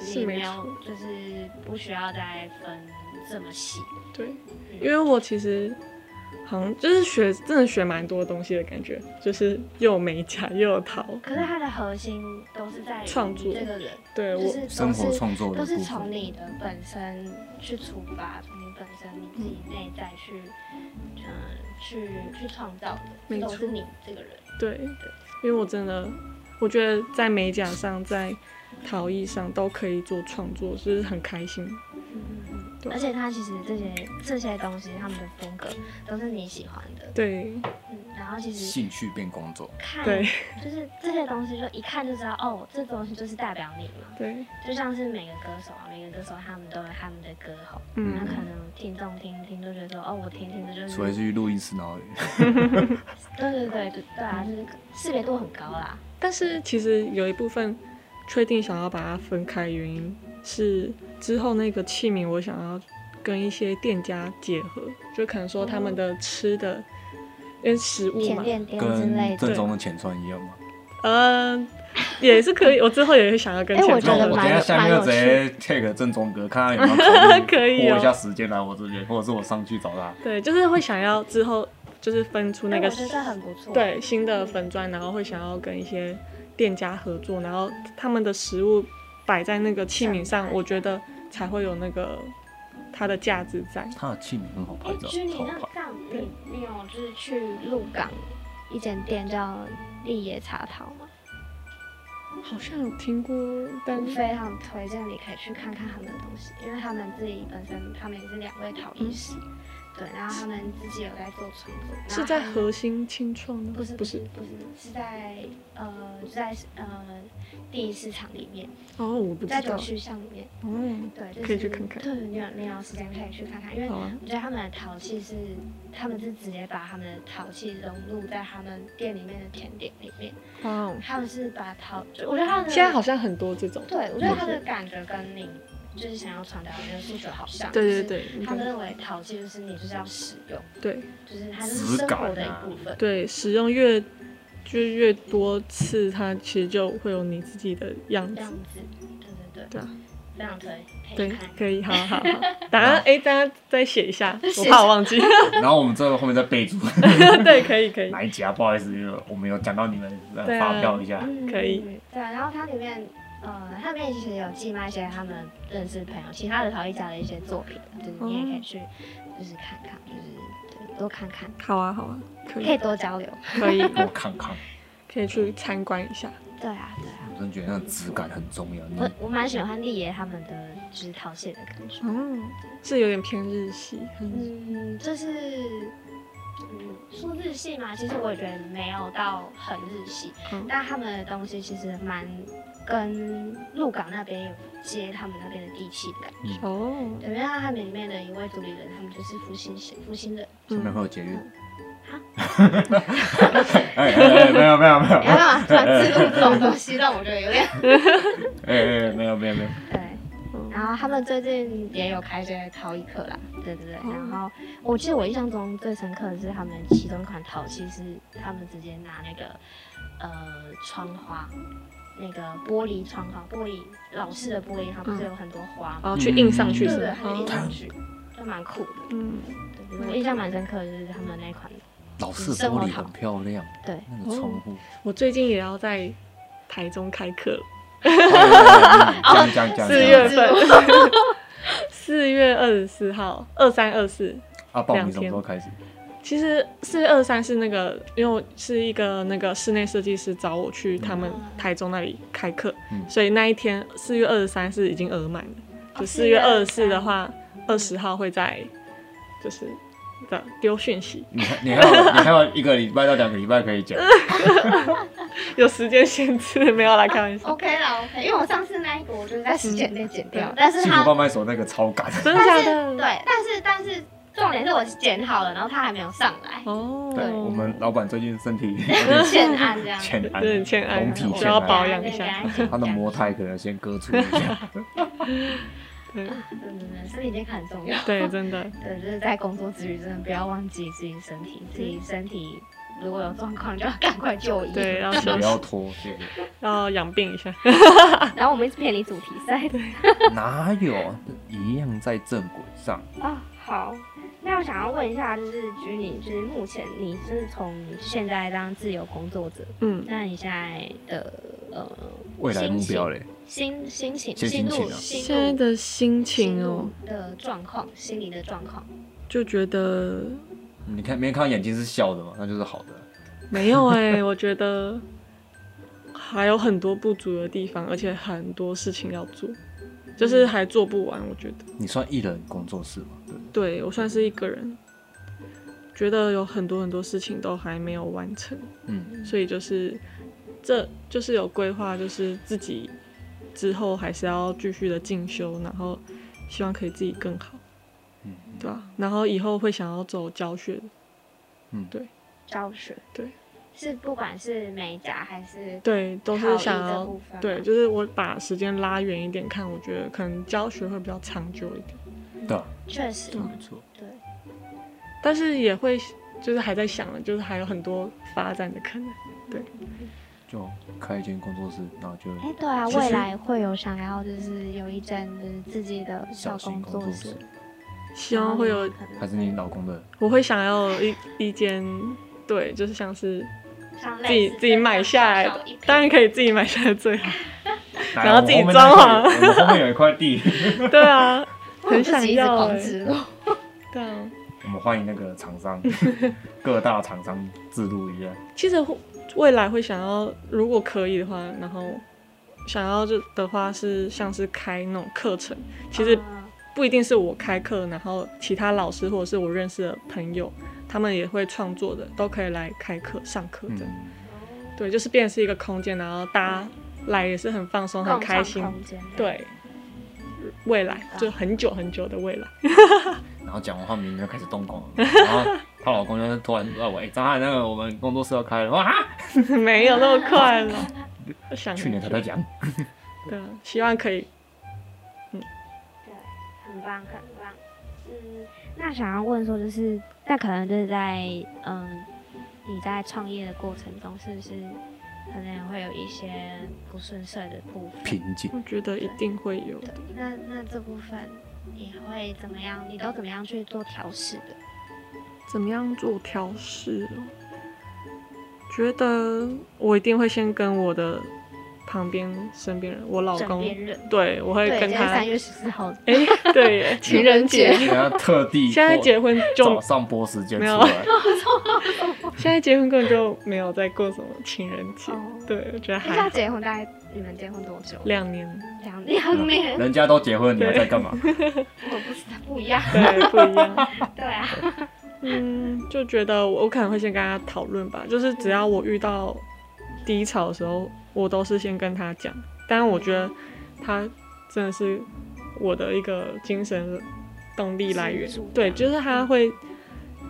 [SPEAKER 3] 是
[SPEAKER 2] 你
[SPEAKER 3] 没
[SPEAKER 2] 没有，就是不需要再分这么细。
[SPEAKER 3] 对，因为我其实好像就是学，真的学蛮多东西的感觉，就是又有美甲又有陶，
[SPEAKER 2] 可是它的核心都是在于
[SPEAKER 3] 创作
[SPEAKER 2] 你这个人，就
[SPEAKER 3] 对我
[SPEAKER 2] 是
[SPEAKER 1] 生
[SPEAKER 2] 都
[SPEAKER 1] 活
[SPEAKER 2] 是
[SPEAKER 1] 创作的
[SPEAKER 2] 都是
[SPEAKER 1] 部
[SPEAKER 2] 从
[SPEAKER 1] 分，
[SPEAKER 2] 你的本身去出发，从你本身你自己内在去，嗯、去去创造的，
[SPEAKER 3] 没
[SPEAKER 2] 这都是
[SPEAKER 3] 错
[SPEAKER 2] 你这个人。
[SPEAKER 3] 对，因为我真的我觉得在美甲上，在陶艺上都可以做创作，就是很开心。嗯对
[SPEAKER 2] 而且它其实这些这些东西，他们的风格都是你喜欢的，
[SPEAKER 3] 对
[SPEAKER 2] 嗯，然后其实
[SPEAKER 1] 兴趣变工作，
[SPEAKER 2] 看
[SPEAKER 3] 对
[SPEAKER 2] 就是这些东西，就一看就知道，哦，这东西就是代表你嘛。
[SPEAKER 3] 对，
[SPEAKER 2] 就像是每个歌手啊，每个歌手他们都有他们的歌喉，那、
[SPEAKER 3] 嗯，
[SPEAKER 2] 可能听众听一听就觉得说，哦，我听一听的就是
[SPEAKER 1] 除，非去录音室，然后
[SPEAKER 2] 对对对对对啊，就是识别度很高啦。
[SPEAKER 3] 但是其实有一部分确定想要把它分开，原因是之后那个器皿我想要跟一些店家结合，就可能说他们的吃的，因为食物
[SPEAKER 2] 甜
[SPEAKER 3] 嘛，
[SPEAKER 2] 点店之类
[SPEAKER 1] 跟
[SPEAKER 2] 的，
[SPEAKER 1] 正宗的浅川一样嘛。
[SPEAKER 3] 嗯、也是可以。我之后也会想要跟
[SPEAKER 2] 哎
[SPEAKER 3] 前
[SPEAKER 2] 我
[SPEAKER 1] 那
[SPEAKER 2] 觉得
[SPEAKER 1] 我
[SPEAKER 3] 面
[SPEAKER 1] 等一下
[SPEAKER 2] 蛮有
[SPEAKER 1] 下面就直接 take 正宗哥，看他有没有空
[SPEAKER 3] *laughs* 可以哦
[SPEAKER 1] 拨一下时间来我这边，或者是我上去找他。
[SPEAKER 3] 对，就是会想要之后就是分出那
[SPEAKER 2] 哎
[SPEAKER 3] 个
[SPEAKER 2] 我觉得很不错。，
[SPEAKER 3] 对新的粉砖，然后会想要跟一些店家合作，然后他们的食物摆在那个器皿上，我觉得才会有那个它的价值在。
[SPEAKER 1] 他的器皿很好
[SPEAKER 2] 哎、
[SPEAKER 1] 拍照，
[SPEAKER 2] 居你
[SPEAKER 1] 好
[SPEAKER 2] 那
[SPEAKER 1] 拍。
[SPEAKER 2] 这样，你你有就是去鹿港一间店叫立野茶桃吗？
[SPEAKER 3] 好像有听过，但
[SPEAKER 2] 我非常推荐你可以去看看他们的东西，因为他们自己本身他们也是两位陶艺师，对，然后他们自己有在做创作，然后
[SPEAKER 3] 嗯是在
[SPEAKER 2] 他们
[SPEAKER 3] 核心清创的，
[SPEAKER 2] 不是
[SPEAKER 3] 不
[SPEAKER 2] 不
[SPEAKER 3] 是
[SPEAKER 2] 是不是是在呃是在呃第一市场里面，
[SPEAKER 3] 哦，我不知
[SPEAKER 2] 在
[SPEAKER 3] 道
[SPEAKER 2] 九，曲巷里面，
[SPEAKER 3] 哦，
[SPEAKER 2] 对，就是、
[SPEAKER 3] 可以去看看
[SPEAKER 2] 对，你有你有时间可以去看看，因为
[SPEAKER 3] 好啊，
[SPEAKER 2] 我觉得他们的陶器是，他们是直接把他们的陶器融入在他们店里面的甜点里面。
[SPEAKER 3] 哇哦，
[SPEAKER 2] 他们是把陶，就我觉得他的
[SPEAKER 3] 现在好嗯像很多这种，
[SPEAKER 2] 对我觉得他的感觉跟你就是想要传达的那个诉求好像。
[SPEAKER 3] 对对。对，应
[SPEAKER 2] 他们
[SPEAKER 3] 该
[SPEAKER 2] 认为陶器就是你就是要使用，
[SPEAKER 3] 对
[SPEAKER 2] 就是它就是生活的一部分。
[SPEAKER 3] 对，使用越就越多次，它其实就会有你自己的样
[SPEAKER 2] 这样
[SPEAKER 3] 子。
[SPEAKER 2] 子，对对对，
[SPEAKER 3] 对啊
[SPEAKER 2] 非常推，可以
[SPEAKER 3] 对
[SPEAKER 2] 去看。，
[SPEAKER 3] 可以，好好好，打算哎，大家再写一下，我
[SPEAKER 2] 写
[SPEAKER 3] 怕我忘记。 *laughs*
[SPEAKER 1] 然后我们这个后面再备注
[SPEAKER 3] 对，可以可以，
[SPEAKER 1] 哪一家，不好意思，我们有讲到你们呃
[SPEAKER 3] 对啊
[SPEAKER 1] 发票一下。
[SPEAKER 2] 嗯
[SPEAKER 3] 可以。
[SPEAKER 2] 对，然后它里面，呃，它里面其实有寄卖一些他们认识朋友、其他的陶艺家的一些作品，就是你也可以去，就是看看，就是对多看看，
[SPEAKER 3] 好啊好啊，可
[SPEAKER 2] 可以
[SPEAKER 3] 以
[SPEAKER 2] 多交流。
[SPEAKER 3] 可以
[SPEAKER 1] 给我看看，
[SPEAKER 3] 可以去参观一下。
[SPEAKER 2] 对啊，对啊，
[SPEAKER 3] 呃
[SPEAKER 1] 我真的觉得那个质感很重要。你
[SPEAKER 2] 我我蛮喜欢丽爷他们的就是套现的感觉。
[SPEAKER 3] 嗯，是有点偏日系，很
[SPEAKER 2] 哦嗯，就是嗯说日系嘛，其实我也觉得没有到很日系，
[SPEAKER 3] 嗯
[SPEAKER 2] 但他们的东西其实蛮跟鹿港那边有接他们那边的地气的感觉。
[SPEAKER 3] 哦，
[SPEAKER 2] 对，因为他们里面的一位主理人，他们就是复兴县复兴人，
[SPEAKER 1] 顺便
[SPEAKER 3] 嗯，
[SPEAKER 1] 会有捷运。 *laughs* 哎哎哎，没有没有没有，
[SPEAKER 2] 没有办法传自录这种东西，让我觉得有点
[SPEAKER 1] 哎哎没有没有没有，
[SPEAKER 2] *laughs* 对。
[SPEAKER 3] 嗯
[SPEAKER 2] 然后他们最近也有开一些陶艺课啦，对对对。
[SPEAKER 3] 哦
[SPEAKER 2] 然后我记得我印象中最深刻的是他们其中一款陶器是他们直接拿那个呃窗花，那个玻璃窗花，玻璃老式的玻璃，它不是有很多花嘛，
[SPEAKER 3] 哦，去印上去
[SPEAKER 2] 对
[SPEAKER 3] 是
[SPEAKER 2] 嗯对对
[SPEAKER 3] 不是，？
[SPEAKER 2] 它就印
[SPEAKER 3] 哦
[SPEAKER 2] 上去，就蛮酷的。
[SPEAKER 3] 嗯，
[SPEAKER 2] 对对，我印象蛮深刻的就是他们那款，
[SPEAKER 1] 老式玻璃很漂亮，
[SPEAKER 2] 对，
[SPEAKER 1] 那个窗户。
[SPEAKER 3] 我最近也要在台中开课了， *laughs*
[SPEAKER 1] 讲讲讲，
[SPEAKER 3] 哦四月份，四月二十四号，二三二四。
[SPEAKER 1] 啊，报名什么时候开始？
[SPEAKER 3] 其实四月二三是那个，因为我是一个那个室内设计师找我去他们台中那里开课，
[SPEAKER 1] 嗯
[SPEAKER 3] 所以那一天四月二十三是已经额满了。就
[SPEAKER 2] 哦
[SPEAKER 3] 四月二十四
[SPEAKER 2] 4
[SPEAKER 3] 的话，二十号会在就是的丢讯息，
[SPEAKER 1] 你还你还有你还有一个礼拜到两个礼拜可以讲，
[SPEAKER 3] 嗯有时间限制，没有啦，开玩笑。
[SPEAKER 2] OK 啦，OK，因为我上次那一个我就是在时间内剪掉，但是
[SPEAKER 1] 幸
[SPEAKER 2] 他
[SPEAKER 1] 福贩卖所那个超赶，
[SPEAKER 3] *laughs* 真的
[SPEAKER 2] 但
[SPEAKER 3] 假
[SPEAKER 2] 是
[SPEAKER 3] 的？
[SPEAKER 2] 对，但是但是重点是我剪好了，然后他还没有上来，
[SPEAKER 3] 哦，
[SPEAKER 1] 对我们老板最近身体有点
[SPEAKER 2] 欠安
[SPEAKER 1] *laughs*
[SPEAKER 2] 这样。
[SPEAKER 1] 欠
[SPEAKER 3] 有
[SPEAKER 1] 安，
[SPEAKER 3] 点欠爱
[SPEAKER 1] 龙体，
[SPEAKER 3] 我
[SPEAKER 1] 欠
[SPEAKER 3] 要
[SPEAKER 1] 安，
[SPEAKER 3] 保养一
[SPEAKER 2] *laughs*
[SPEAKER 3] 下。
[SPEAKER 2] 对
[SPEAKER 1] 啊他的模态可能先割除一下。
[SPEAKER 2] 对对
[SPEAKER 3] 对
[SPEAKER 2] 对，嗯身体健康很重 *laughs* 要。
[SPEAKER 3] 对，真的，
[SPEAKER 2] 对，就是在工作之余，真的不要忘记自己身体，自己身体如果有状况就要赶快就医。
[SPEAKER 3] 对， *laughs* 要
[SPEAKER 1] 不
[SPEAKER 3] 休息
[SPEAKER 1] 要拖，对
[SPEAKER 3] 要养病一下。
[SPEAKER 2] *laughs* 然后我们一直偏离主题赛的
[SPEAKER 1] 哪有一样在正轨上？
[SPEAKER 2] 啊，好。那我想要问一下，就是居你，就是目前你是从现在当自由工作者，
[SPEAKER 3] *laughs* 嗯，
[SPEAKER 2] 那你现在的呃
[SPEAKER 1] 未来目标嘞？
[SPEAKER 2] 心心情、
[SPEAKER 1] 先心
[SPEAKER 2] 心路、
[SPEAKER 1] 情啊
[SPEAKER 2] 心
[SPEAKER 3] 现在
[SPEAKER 2] 路
[SPEAKER 3] 的心情
[SPEAKER 2] 心
[SPEAKER 3] 哦
[SPEAKER 2] 路，的状况，心理的状况。
[SPEAKER 3] 就觉得
[SPEAKER 1] 你看，没人看到眼睛是笑的嘛，那就是好的。
[SPEAKER 3] 没有哎、我觉得还有很多不足的地方，而且很多事情要做，就是还做不完。我觉得，
[SPEAKER 1] 你算艺人工作室嘛？对，
[SPEAKER 3] 对我算是一个人，觉得有很多很多事情都还没有完成，
[SPEAKER 1] 嗯，
[SPEAKER 3] 所以就是这就是有规划，就是自己之后还是要继续的进修，然后希望可以自己更好，
[SPEAKER 1] 嗯，
[SPEAKER 3] 对吧、然后以后会想要走教学，
[SPEAKER 2] 教学，
[SPEAKER 3] 对，
[SPEAKER 2] 是不管是美甲还是
[SPEAKER 3] 对，都
[SPEAKER 2] 陶
[SPEAKER 3] 是
[SPEAKER 2] 艺
[SPEAKER 3] 想
[SPEAKER 2] 这
[SPEAKER 3] 要
[SPEAKER 2] 部分
[SPEAKER 3] 对，
[SPEAKER 2] 嘛
[SPEAKER 3] 就是我把时间拉远一点看，我觉得可能教学会比较长久一点，
[SPEAKER 1] 对啊，
[SPEAKER 2] 确实
[SPEAKER 1] 这，没错。
[SPEAKER 2] 对，
[SPEAKER 3] 但是也会就是还在想了，就是还有很多发展的可能。
[SPEAKER 1] 就开一间工作室，然后就
[SPEAKER 2] 哎、对啊，
[SPEAKER 1] 其实
[SPEAKER 2] 未来会有想要就是有一间就是自己的
[SPEAKER 1] 小
[SPEAKER 2] 小
[SPEAKER 1] 型工
[SPEAKER 2] 工
[SPEAKER 1] 作
[SPEAKER 2] 作
[SPEAKER 1] 室
[SPEAKER 2] 室，，
[SPEAKER 3] 希望会有，
[SPEAKER 2] 可能
[SPEAKER 1] 还是你老公的？
[SPEAKER 3] 我会想要一一间，对，就是像是
[SPEAKER 2] 像类
[SPEAKER 3] 自己
[SPEAKER 2] 似
[SPEAKER 3] 自己
[SPEAKER 2] 这
[SPEAKER 3] 买
[SPEAKER 2] 样
[SPEAKER 3] 下来
[SPEAKER 2] 小
[SPEAKER 3] 的
[SPEAKER 2] 一，
[SPEAKER 3] 当然可以自己买下 *laughs* 来最好。
[SPEAKER 1] 来
[SPEAKER 3] 后自己
[SPEAKER 1] 我们
[SPEAKER 3] 装
[SPEAKER 1] 后面那哎个我们后面有一块地，
[SPEAKER 3] 对啊，
[SPEAKER 2] 我
[SPEAKER 3] 很
[SPEAKER 2] 自
[SPEAKER 3] 想
[SPEAKER 2] 己一直
[SPEAKER 3] 要
[SPEAKER 2] 狂
[SPEAKER 3] 欸
[SPEAKER 2] 植入
[SPEAKER 3] 对啊。
[SPEAKER 1] 我们欢迎那个厂商， *laughs* 各大厂商自录一下。
[SPEAKER 3] 其实会未来会想要，如果可以的话，然后想要就的话是像是开那种课程，其实
[SPEAKER 2] 嗯
[SPEAKER 3] 不一定是我开课，然后其他老师或者是我认识的朋友，他们也会创作的，都可以来开课上课
[SPEAKER 1] 嗯
[SPEAKER 3] 的。，对，就是变成是一个空间，然后大家来也是很放松、很
[SPEAKER 2] 共
[SPEAKER 3] 开
[SPEAKER 2] 创
[SPEAKER 3] 心。
[SPEAKER 2] 空间，
[SPEAKER 3] 对，未来就很久很久的未来。
[SPEAKER 1] 然后讲完话，明天就开始动工了。然后她老公就突然问我：“哎，张翰，那个我们工作室要开了。”哇，
[SPEAKER 3] *laughs* 没有那么快 *laughs* 了。我想
[SPEAKER 1] 去年才在讲，
[SPEAKER 3] 对啊，希望可以。
[SPEAKER 2] 对，很棒，很棒。嗯，那想要问说，就是那可能就是在嗯你在创业的过程中，是不是可能会有一些不顺遂的部分？
[SPEAKER 1] 瓶颈。
[SPEAKER 3] 我觉得一定会有的。
[SPEAKER 2] 那那这部分你会怎么样？你都怎么样去做调试的？
[SPEAKER 3] 怎么样做调试哦？觉得我一定会先跟我的旁边身边人，我老
[SPEAKER 2] 枕
[SPEAKER 3] 公，
[SPEAKER 2] 边人。
[SPEAKER 3] 对我会
[SPEAKER 2] 对，
[SPEAKER 3] 跟
[SPEAKER 2] 今天
[SPEAKER 3] 他，
[SPEAKER 2] 三月十四
[SPEAKER 3] *laughs*
[SPEAKER 2] 号
[SPEAKER 3] 哎、对
[SPEAKER 2] *laughs*
[SPEAKER 3] 耶，
[SPEAKER 2] 情人节，
[SPEAKER 1] 人家特地
[SPEAKER 3] 现在结婚就
[SPEAKER 1] 早上播时间出
[SPEAKER 3] 没有
[SPEAKER 1] 来，
[SPEAKER 3] 现在结婚根本就没有在过什么情人节，
[SPEAKER 2] 哦
[SPEAKER 3] 对我觉
[SPEAKER 2] 那
[SPEAKER 3] 得还
[SPEAKER 2] 他
[SPEAKER 3] 好
[SPEAKER 2] 结婚大概你们结婚多久？
[SPEAKER 3] 两年，
[SPEAKER 2] 两两年， *laughs*
[SPEAKER 1] 人家都结婚，你还在干嘛？
[SPEAKER 2] 我不知道不一样。
[SPEAKER 3] 对，不一样。
[SPEAKER 2] 对啊，
[SPEAKER 3] 嗯，就觉得我我可能会先跟他讨论吧，就是只要我遇到低潮的时候，我都是先跟他讲。但我觉得他真的是我的一个精神动力来源
[SPEAKER 2] 支柱，
[SPEAKER 3] 对，就是他会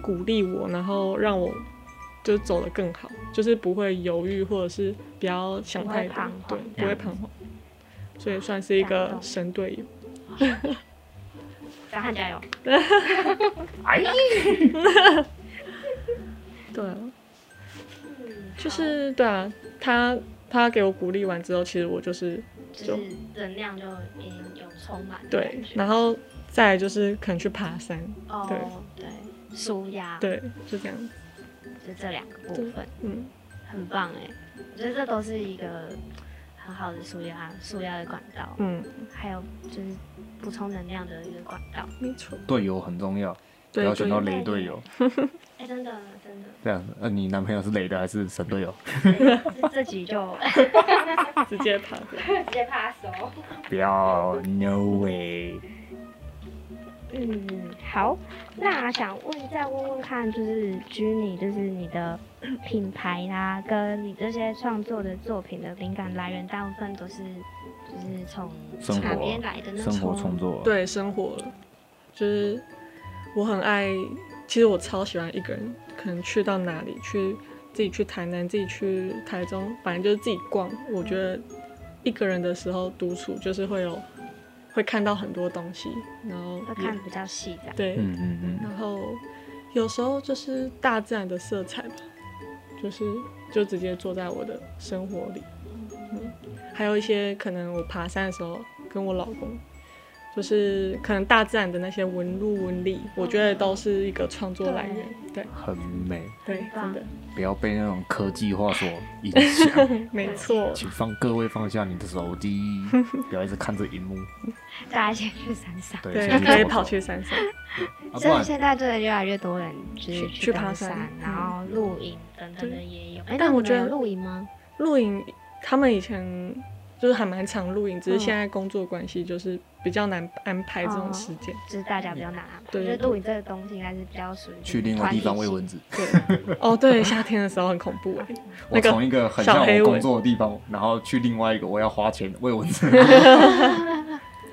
[SPEAKER 3] 鼓励我，然后让我就走得更好，就是不会犹豫或者是不要想
[SPEAKER 2] 不会
[SPEAKER 3] 太多
[SPEAKER 2] 彷，
[SPEAKER 3] 对
[SPEAKER 2] 徨，
[SPEAKER 3] 不会彷徨，所以算是一
[SPEAKER 2] 感
[SPEAKER 3] 个
[SPEAKER 2] 动
[SPEAKER 3] 神队友。
[SPEAKER 2] 小汉加油。
[SPEAKER 1] 哎，
[SPEAKER 3] 对啊，就是对啊，他他给我鼓励完之后，其实我就是
[SPEAKER 2] 就是能量就已经有充满的
[SPEAKER 3] 对
[SPEAKER 2] 感，觉。
[SPEAKER 3] 然后再来就是可能去爬山，
[SPEAKER 2] 哦，对，舒压，，
[SPEAKER 3] 对，就这样子，
[SPEAKER 2] 就这两个部分，
[SPEAKER 3] 嗯，
[SPEAKER 2] 很棒哎，我觉得这都是一个很好的舒压、舒压的管道，
[SPEAKER 3] 嗯，
[SPEAKER 2] 还有就是补充能量的一个管道。
[SPEAKER 3] 没错，
[SPEAKER 1] 队友很重要，不
[SPEAKER 3] 对
[SPEAKER 1] 要选到
[SPEAKER 3] 对，
[SPEAKER 1] 雷队友。
[SPEAKER 2] 哎，真的
[SPEAKER 3] *laughs*
[SPEAKER 2] 真的，
[SPEAKER 1] 这样子，呃，你男朋友是雷的还是神队友？
[SPEAKER 2] *laughs* 这这集就 *laughs*
[SPEAKER 3] 直接爬过来。
[SPEAKER 2] 直接 pass 哦。
[SPEAKER 1] 不要，no way。
[SPEAKER 2] 嗯，好，那想问再问问看，就是居你就是你的品牌啦、跟你这些创作的作品的灵感来源，大部分都是就是从
[SPEAKER 1] 生
[SPEAKER 2] 哪
[SPEAKER 1] 活
[SPEAKER 2] 边来的呢？
[SPEAKER 1] 生活创作，，
[SPEAKER 3] 对生活了，就是我很爱，其实我超喜欢一个人，可能去到哪里去，自己去台南，自己去台中，反正就是自己逛。我觉得一个人的时候独处，就是会有会看到很多东西，然后
[SPEAKER 2] 会
[SPEAKER 3] 也
[SPEAKER 2] 看比较细的。
[SPEAKER 3] 对，
[SPEAKER 1] 嗯嗯嗯，
[SPEAKER 3] 然后有时候就是大自然的色彩吧，就是就直接坐在我的生活里，嗯，还有一些可能我爬山的时候跟我老公，就是可能大自然的那些纹路纹理，我觉得都是一个创作来源，对
[SPEAKER 1] 很美。
[SPEAKER 3] 对，真的
[SPEAKER 1] 不要被那种科技化所影
[SPEAKER 3] *laughs*
[SPEAKER 1] 响，
[SPEAKER 3] 没错，
[SPEAKER 1] 请放各位放下你的手机，不要一直看着荧幕。
[SPEAKER 2] 大家先去山上，
[SPEAKER 1] 对，
[SPEAKER 3] 对，
[SPEAKER 1] 先去
[SPEAKER 3] 可以
[SPEAKER 1] 走
[SPEAKER 3] 跑
[SPEAKER 1] 走
[SPEAKER 3] 去山上，
[SPEAKER 1] 啊，不
[SPEAKER 2] 所以
[SPEAKER 1] 然
[SPEAKER 2] 现在真的越来越多人就是
[SPEAKER 3] 去
[SPEAKER 2] 去
[SPEAKER 3] 去
[SPEAKER 2] 登
[SPEAKER 3] 爬山嗯
[SPEAKER 2] 然后露营等等的也有。哎，
[SPEAKER 3] 但
[SPEAKER 2] 那
[SPEAKER 3] 我
[SPEAKER 2] 你们
[SPEAKER 3] 觉得
[SPEAKER 2] 有露营吗？
[SPEAKER 3] 露营，他们以前就是还蛮常露营，只是
[SPEAKER 2] 嗯
[SPEAKER 3] 现在工作关系就是比较难安排这种时间。
[SPEAKER 2] 就是大家比较难安排，
[SPEAKER 3] 对
[SPEAKER 2] 我觉得露营这个东西应该是比较属于
[SPEAKER 1] 去另外地方喂蚊
[SPEAKER 2] 子。
[SPEAKER 1] 子。
[SPEAKER 3] 对，哦，对，夏天的时候很恐怖哎、
[SPEAKER 1] 我
[SPEAKER 3] 那个
[SPEAKER 1] 从一个很
[SPEAKER 3] 小
[SPEAKER 1] 像
[SPEAKER 3] 黑
[SPEAKER 1] 我工
[SPEAKER 3] 蚊
[SPEAKER 1] 作的地方，然后去另外一个我要花钱喂蚊
[SPEAKER 3] *laughs*
[SPEAKER 1] 子。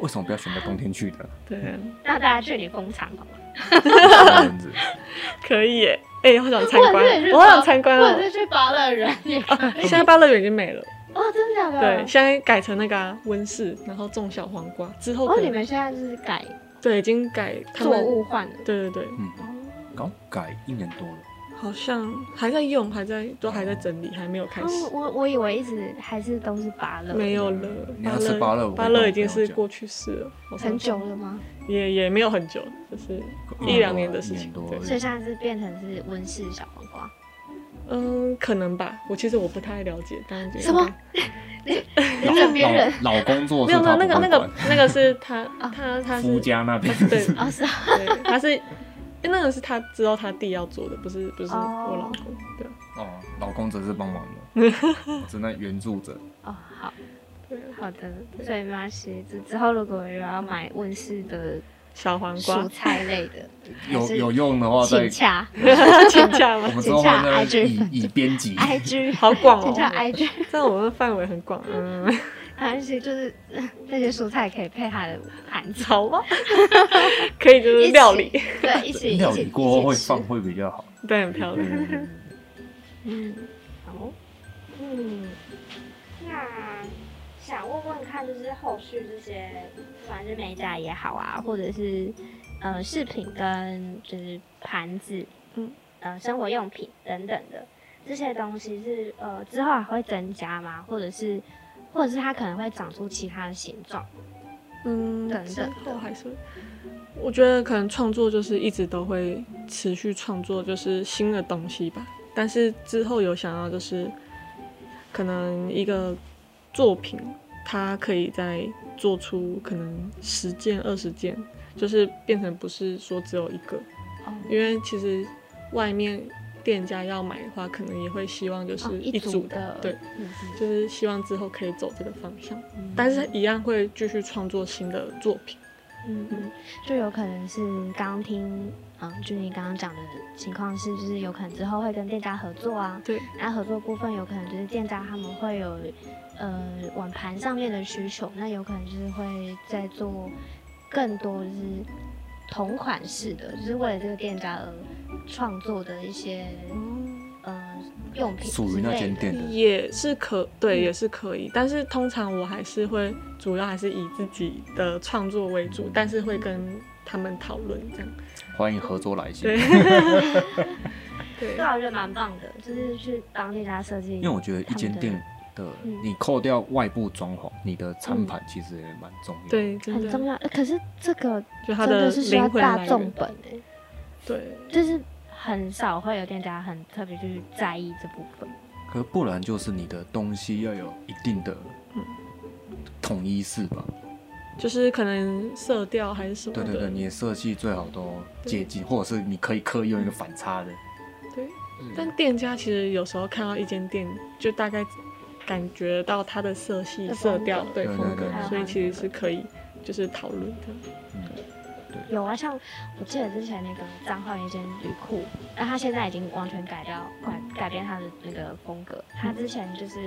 [SPEAKER 1] 为什么不要选择冬天去的？ *laughs*
[SPEAKER 3] 对，
[SPEAKER 2] 那大家去你工厂哦好吗？
[SPEAKER 1] 喂蚊子，
[SPEAKER 3] 可以耶，哎、好想参观
[SPEAKER 2] 或者是，去
[SPEAKER 3] 我好想参观
[SPEAKER 2] 或者
[SPEAKER 3] 哦。
[SPEAKER 2] 是哎去保乐人也可以
[SPEAKER 3] 现在芭乐园已经没了，
[SPEAKER 2] *laughs* 哦，真的假的？
[SPEAKER 3] 对，。现在改成那个啊温、室，然后种小黄瓜，之后
[SPEAKER 2] 哦，
[SPEAKER 3] 可
[SPEAKER 2] 你
[SPEAKER 3] 能、
[SPEAKER 2] 们现在就是改
[SPEAKER 3] 对已经改他
[SPEAKER 2] 作
[SPEAKER 3] 们，
[SPEAKER 2] 物换了。
[SPEAKER 3] 对对对，
[SPEAKER 1] 嗯，刚改一年多了，
[SPEAKER 3] 好像还在用，还在都还在整理，还没有开始，
[SPEAKER 2] 哦，我我以为一直还是都是芭乐，
[SPEAKER 3] 没有了
[SPEAKER 1] 你。要吃芭乐我
[SPEAKER 3] 芭
[SPEAKER 1] 跟我
[SPEAKER 3] 乐
[SPEAKER 1] 朋
[SPEAKER 3] 已经
[SPEAKER 1] 友
[SPEAKER 3] 是
[SPEAKER 1] 讲
[SPEAKER 3] 过去式了，好像
[SPEAKER 2] 很久了吗？
[SPEAKER 3] 也也没有很久，就是一两年的事
[SPEAKER 1] 一
[SPEAKER 3] 情
[SPEAKER 1] 年多
[SPEAKER 3] 对
[SPEAKER 1] 而已
[SPEAKER 2] 所以现在是变成是温室小黄瓜。
[SPEAKER 3] 嗯，可能吧。我其实我不太了解，但是
[SPEAKER 2] 什么你枕边人
[SPEAKER 1] 老老工作
[SPEAKER 3] 没
[SPEAKER 1] 是
[SPEAKER 3] 有没
[SPEAKER 1] 他
[SPEAKER 3] 有，
[SPEAKER 1] 不
[SPEAKER 3] 那
[SPEAKER 1] 会
[SPEAKER 3] 个
[SPEAKER 1] 管
[SPEAKER 3] 那个那个是他他他
[SPEAKER 1] *laughs* 夫
[SPEAKER 3] 是
[SPEAKER 1] 家那边，
[SPEAKER 3] 对
[SPEAKER 2] 哦，是啊，
[SPEAKER 3] 对，他是，因为那个是他知道他弟要做的，不是不是
[SPEAKER 2] 哦
[SPEAKER 3] 我老公。对啊
[SPEAKER 1] 哦，老公则是帮忙的，我是那援助者。
[SPEAKER 2] 哦，好。
[SPEAKER 3] 啊
[SPEAKER 2] 好的，所以没关系。之之后如果有要买温室的
[SPEAKER 3] 小黄瓜
[SPEAKER 2] 蔬，菜类的，
[SPEAKER 3] *laughs*
[SPEAKER 2] 还
[SPEAKER 1] 有
[SPEAKER 2] 是
[SPEAKER 1] 有用的话，再
[SPEAKER 2] 请洽
[SPEAKER 3] 请假
[SPEAKER 1] 我
[SPEAKER 3] 吗？
[SPEAKER 1] 们之后
[SPEAKER 2] 请洽
[SPEAKER 1] 再
[SPEAKER 2] IG 粉
[SPEAKER 1] 以以编辑
[SPEAKER 2] IG，
[SPEAKER 3] *laughs* 好广
[SPEAKER 2] 请哎洽 IG，
[SPEAKER 3] 哦，这样我们的范围很广，嗯，
[SPEAKER 2] 而且就是 *laughs* 呃那些蔬菜可以配它的盘子，
[SPEAKER 3] 好吧，可以就是料理
[SPEAKER 2] 一，起，对，
[SPEAKER 1] *laughs*
[SPEAKER 2] 一起
[SPEAKER 1] 料
[SPEAKER 2] 一
[SPEAKER 1] 理
[SPEAKER 2] 起
[SPEAKER 1] 过后会
[SPEAKER 2] 一起吃
[SPEAKER 1] 放会比较好。
[SPEAKER 3] 对，很漂亮。
[SPEAKER 1] 嗯
[SPEAKER 2] *laughs* 嗯，好，嗯，那想问问看，就是后续这些，不管是美甲也好啊，或者是呃饰品跟就是盘子，
[SPEAKER 3] 嗯，
[SPEAKER 2] 呃生活用品等等的这些东西是呃之后还会增加吗？或者是或者是它可能会长出其他的形状？
[SPEAKER 3] 嗯，
[SPEAKER 2] 等
[SPEAKER 3] 之
[SPEAKER 2] 等
[SPEAKER 3] 后
[SPEAKER 2] 的
[SPEAKER 3] 还是会，我觉得可能创作就是一直都会持续创作，就是新的东西吧。但是之后有想要就是，可能一个作品，它可以再做出可能十件、二十件，就是变成不是说只有一个，
[SPEAKER 2] 哦
[SPEAKER 3] 因为其实外面店家要买的话，可能也会希望就是
[SPEAKER 2] 哦
[SPEAKER 3] 一
[SPEAKER 2] 组
[SPEAKER 3] 组
[SPEAKER 2] 的，
[SPEAKER 3] 对，
[SPEAKER 2] 嗯嗯
[SPEAKER 3] 就是希望之后可以走这个方向，但是一样会继续创作新的作品。
[SPEAKER 2] 嗯嗯，就有可能是刚刚听，嗯，就你刚刚讲的情况是，就是有可能之后会跟店家合作啊，
[SPEAKER 3] 对，
[SPEAKER 2] 那合作部分有可能就是店家他们会有，呃，碗盘上面的需求，那有可能就是会在做更多就是同款式的，就是为了这个店家而创作的一些呃用品
[SPEAKER 1] 属于那
[SPEAKER 2] 之类
[SPEAKER 1] 间
[SPEAKER 2] 的
[SPEAKER 1] 店的。
[SPEAKER 3] 也是可对，
[SPEAKER 2] 嗯
[SPEAKER 3] 也是可以，但是通常我还是会主要还是以自己的创作为主，但是会跟他们讨论这样。
[SPEAKER 1] 欢迎合作来信。
[SPEAKER 3] 对
[SPEAKER 2] 对
[SPEAKER 3] *laughs* 对
[SPEAKER 2] 啊，我觉得蛮棒的，就是去帮店家设计。
[SPEAKER 1] 因为我觉得一间店的，
[SPEAKER 2] 嗯
[SPEAKER 1] 你扣掉外部装潢，你的餐盘其实也蛮重要。，
[SPEAKER 3] 嗯对，
[SPEAKER 2] 很
[SPEAKER 3] 真的
[SPEAKER 2] 重要，呃可是这个
[SPEAKER 3] 就他
[SPEAKER 2] 真的是需要
[SPEAKER 3] 灵魂
[SPEAKER 2] 大
[SPEAKER 3] 来
[SPEAKER 2] 众
[SPEAKER 3] 源。
[SPEAKER 2] 本欸诶、
[SPEAKER 3] 对，
[SPEAKER 2] 就是很少会有店家很特别去在意这部分。
[SPEAKER 1] 可不然就是你的东西要有一定的
[SPEAKER 3] 嗯
[SPEAKER 1] 统一式吧。
[SPEAKER 3] 就是可能色调还是什么
[SPEAKER 1] 对
[SPEAKER 3] 的。
[SPEAKER 1] 对对，你的设计最好都接近，或者是你可以刻意用一个反差的。
[SPEAKER 3] 对但店家其实有时候看到一间店，就大概感觉到它的色系、
[SPEAKER 2] 的
[SPEAKER 3] 色
[SPEAKER 2] 风
[SPEAKER 3] 调
[SPEAKER 2] 格，
[SPEAKER 3] 对
[SPEAKER 1] 对
[SPEAKER 3] 风
[SPEAKER 1] 对
[SPEAKER 3] 格
[SPEAKER 1] 对对，
[SPEAKER 3] 所以
[SPEAKER 2] 对
[SPEAKER 3] 其实是可以就是讨论的。
[SPEAKER 2] 有啊，像我记得之前那个彰化有一间旅库，那他现在已经完全改掉改改变他的那个风格。他之前就是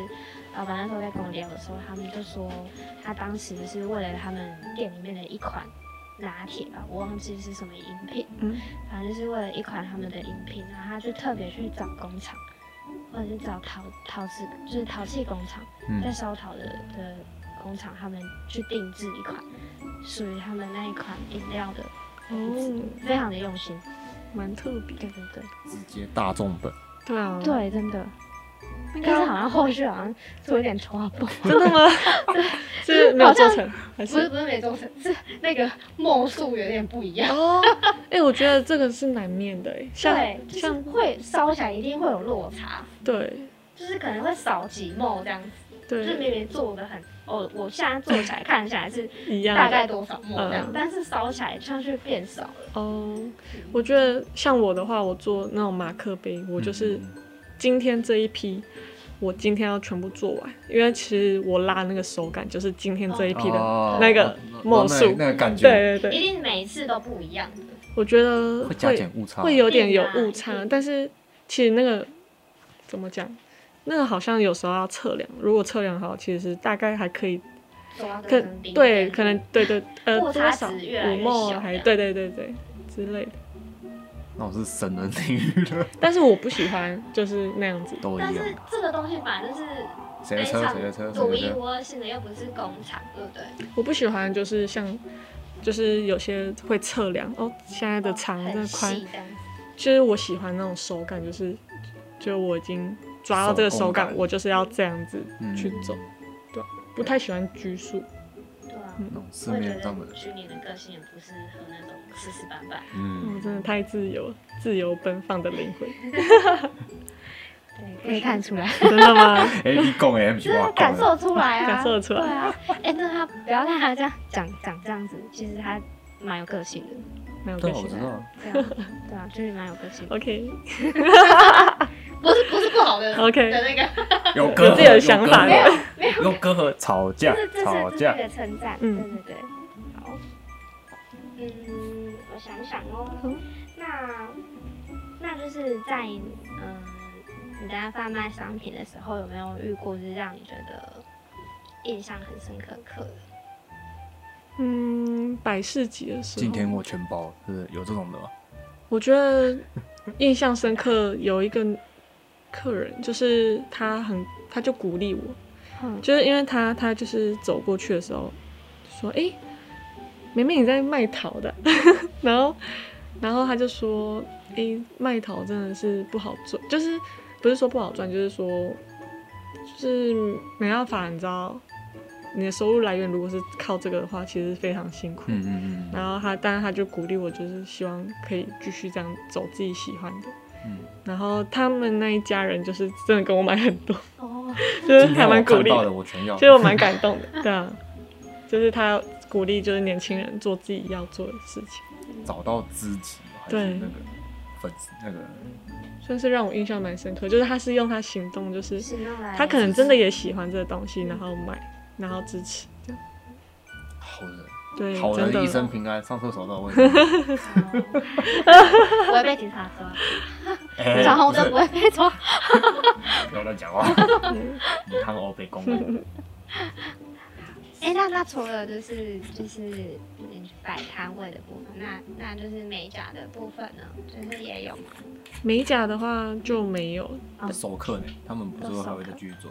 [SPEAKER 2] 老板那时候在跟我聊的时候，他们就说他当时就是为了他们店里面的一款拿铁吧，我忘记是什么饮品，
[SPEAKER 3] 嗯
[SPEAKER 2] 反正就是为了一款他们的饮品，然后他就特别去找工厂，或者是找陶陶瓷就是陶器工厂。在
[SPEAKER 1] 嗯，
[SPEAKER 2] 烧陶的的工厂，他们去定制一款属于他们那一款饮料的，
[SPEAKER 3] 哦，
[SPEAKER 2] 非常的用心。
[SPEAKER 3] 蛮特别。
[SPEAKER 2] 对对对，
[SPEAKER 1] 直接大众本。
[SPEAKER 3] 对啊，，
[SPEAKER 2] 对，真的。
[SPEAKER 3] 应
[SPEAKER 2] 但
[SPEAKER 3] 该
[SPEAKER 2] 是好像后续好像出了点 trouble，
[SPEAKER 3] 真的
[SPEAKER 2] *laughs*
[SPEAKER 3] 吗？是没有做成，还
[SPEAKER 2] 不是
[SPEAKER 3] 是
[SPEAKER 2] 不是没做成，是那个梦数有点不一样。
[SPEAKER 3] 哦？
[SPEAKER 2] *laughs*
[SPEAKER 3] 哎、我觉得这个是难免的、哎，像
[SPEAKER 2] 对，就是
[SPEAKER 3] 像
[SPEAKER 2] 会烧起来一定会有落差，
[SPEAKER 3] 对
[SPEAKER 2] 就是可能会少几梦这样子，就是
[SPEAKER 3] 对
[SPEAKER 2] 明明做的很，我我现在做起来看起来是
[SPEAKER 3] 一样的
[SPEAKER 2] 大概多少梦这样，
[SPEAKER 3] 嗯
[SPEAKER 2] 但是烧起来上去变少了。
[SPEAKER 3] 哦。我觉得像我的话，我做那种马克杯，我就是
[SPEAKER 2] 嗯
[SPEAKER 1] 嗯
[SPEAKER 3] 今天这一批。我今天要全部做完，因为其实我拉那个手感就是今天这一批的
[SPEAKER 1] 哦
[SPEAKER 3] 那个墨数，
[SPEAKER 1] 那个感觉
[SPEAKER 3] 对对
[SPEAKER 2] 一
[SPEAKER 3] 对，
[SPEAKER 2] 定每一次都不一样的。
[SPEAKER 3] 我觉得
[SPEAKER 1] 会加减误差，
[SPEAKER 3] 会有点有
[SPEAKER 2] 一
[SPEAKER 3] 误
[SPEAKER 2] 定啊一
[SPEAKER 3] 差，
[SPEAKER 2] 定
[SPEAKER 3] 但是其实那个怎么讲，那个好像有时候要测量，如果测量好，其实大概还可以，
[SPEAKER 2] 走到
[SPEAKER 3] 可
[SPEAKER 2] 这个顶
[SPEAKER 3] 对，
[SPEAKER 2] 点
[SPEAKER 3] 可能对对呃
[SPEAKER 2] 误
[SPEAKER 3] 多
[SPEAKER 2] 差
[SPEAKER 3] 少
[SPEAKER 2] 值越来
[SPEAKER 3] 五
[SPEAKER 2] 越
[SPEAKER 3] 墨
[SPEAKER 2] 小
[SPEAKER 3] 还
[SPEAKER 2] 这样
[SPEAKER 3] 对对对对之类的，
[SPEAKER 1] 那我是神人领域的，
[SPEAKER 3] 但是我不喜欢就是那样子，
[SPEAKER 1] 都一
[SPEAKER 2] 但
[SPEAKER 1] 样
[SPEAKER 2] 是
[SPEAKER 1] 吧。
[SPEAKER 2] 这个东西本来就是
[SPEAKER 1] 谁
[SPEAKER 2] 非
[SPEAKER 1] 的车？
[SPEAKER 2] 常
[SPEAKER 1] 谁的车？
[SPEAKER 2] 独
[SPEAKER 1] 谁
[SPEAKER 2] 一
[SPEAKER 1] 的车？
[SPEAKER 2] 无二性的，又不是工厂，对不对？
[SPEAKER 3] 我不喜欢就是像。就是有些会测量哦，现在的长
[SPEAKER 2] 很
[SPEAKER 3] 的宽，
[SPEAKER 2] 细这样子
[SPEAKER 3] 其实我喜欢那种手感，就是就我已经抓到这个
[SPEAKER 1] 手
[SPEAKER 3] 手
[SPEAKER 1] 工
[SPEAKER 3] 感，
[SPEAKER 1] 感
[SPEAKER 3] 我就是要这样子
[SPEAKER 1] 嗯
[SPEAKER 3] 去走，对，不太喜欢拘束，
[SPEAKER 2] 对啊。
[SPEAKER 1] 那种嗯四
[SPEAKER 2] 我也觉
[SPEAKER 1] 面张
[SPEAKER 2] 得
[SPEAKER 1] 的，
[SPEAKER 2] 去年的个性也不是和那种死死板板。
[SPEAKER 1] 嗯
[SPEAKER 3] 我，真的太自由了，自由奔放的灵魂。
[SPEAKER 2] 对，可以看出来，
[SPEAKER 3] 真的
[SPEAKER 1] *laughs*
[SPEAKER 3] 吗？
[SPEAKER 1] 哎，你讲诶，不是
[SPEAKER 2] 真
[SPEAKER 1] 我
[SPEAKER 2] 的
[SPEAKER 1] 讲
[SPEAKER 2] 感
[SPEAKER 1] 的，
[SPEAKER 2] 受出来啊，
[SPEAKER 3] 感受得出来
[SPEAKER 2] 对 *laughs* 啊，哎，那他不要看他这样讲讲这样子，其实他蛮有个性的，
[SPEAKER 3] 没有
[SPEAKER 1] 对
[SPEAKER 3] 关
[SPEAKER 1] 啊，我
[SPEAKER 3] 系
[SPEAKER 1] 知。道。
[SPEAKER 2] *laughs* 对啊，对啊，就是蛮有个性的，
[SPEAKER 3] OK
[SPEAKER 2] 不是不是不好 *laughs* 的
[SPEAKER 3] OK，
[SPEAKER 2] 的那个，
[SPEAKER 1] 有
[SPEAKER 3] 有自己的想法
[SPEAKER 1] 有
[SPEAKER 3] 的。
[SPEAKER 1] 隔阂有隔阂，吵架
[SPEAKER 2] 这是这是
[SPEAKER 1] 吵
[SPEAKER 2] 这是
[SPEAKER 1] 架
[SPEAKER 2] 一，个称赞，
[SPEAKER 3] 嗯
[SPEAKER 2] 对对对，好，嗯，我想想哦，
[SPEAKER 3] 嗯
[SPEAKER 2] 那那就是在嗯你在贩卖商品的时候，有没有遇过就是让你觉得印象很深刻刻的？
[SPEAKER 3] 嗯，百事集的时候，
[SPEAKER 1] 今天我全包，是有这种的吗？
[SPEAKER 3] 我觉得印象深刻有一个客人，就是他很，他就鼓励我，
[SPEAKER 2] 嗯，
[SPEAKER 3] 就是因为他他就是走过去的时候说，哎、明明你在卖桃的， *laughs* 然后然后他就说，哎、卖桃真的是不好赚，就是不是说不好赚，就是说就是没办法，你知道你的收入来源如果是靠这个的话，其实非常辛苦。
[SPEAKER 1] 嗯嗯嗯
[SPEAKER 3] 然后他，但是他就鼓励我，就是希望可以继续这样走自己喜欢的。
[SPEAKER 1] 嗯 *laughs*
[SPEAKER 3] 然后他们那一家人就是真的跟我买很多，
[SPEAKER 2] 哦，
[SPEAKER 3] 就是
[SPEAKER 1] 今
[SPEAKER 3] 还
[SPEAKER 1] 天我
[SPEAKER 3] 蛮鼓
[SPEAKER 1] 看
[SPEAKER 3] 励
[SPEAKER 1] 到
[SPEAKER 3] 的
[SPEAKER 1] 的，。我全要
[SPEAKER 3] 其。实我蛮感动的，对 *laughs* 啊，就是他鼓励就是年轻人做自己要做的事情，
[SPEAKER 1] 找到知己还是
[SPEAKER 3] 对
[SPEAKER 1] 那个粉丝那个
[SPEAKER 3] 算是让我印象蛮深刻。就是他是用他行动，就是
[SPEAKER 2] 是用哦来
[SPEAKER 3] 他可能真的也喜欢这个东西，然后买，然后支持，这样
[SPEAKER 1] 好人，
[SPEAKER 3] 对，
[SPEAKER 1] 好
[SPEAKER 3] 真
[SPEAKER 1] 人
[SPEAKER 3] 的
[SPEAKER 1] 一生平安，上厕所都有
[SPEAKER 2] *laughs*
[SPEAKER 1] 问题。
[SPEAKER 2] 哦
[SPEAKER 3] *laughs*
[SPEAKER 2] 不会被警察抓，
[SPEAKER 1] 哎
[SPEAKER 2] 闯红
[SPEAKER 1] 不是
[SPEAKER 2] 灯不会被抓。
[SPEAKER 1] 不要乱讲
[SPEAKER 2] *laughs*
[SPEAKER 1] 话，你看我被公
[SPEAKER 3] *laughs*
[SPEAKER 1] 安。
[SPEAKER 2] 哎、那那除了就是就是嗯摆摊位的部分，那那就是美甲的部分呢，就是也有吗？
[SPEAKER 3] 美甲的话就没有，
[SPEAKER 2] 哦
[SPEAKER 1] 熟客呢？他们不是说还会再继续
[SPEAKER 3] *laughs*
[SPEAKER 1] 做？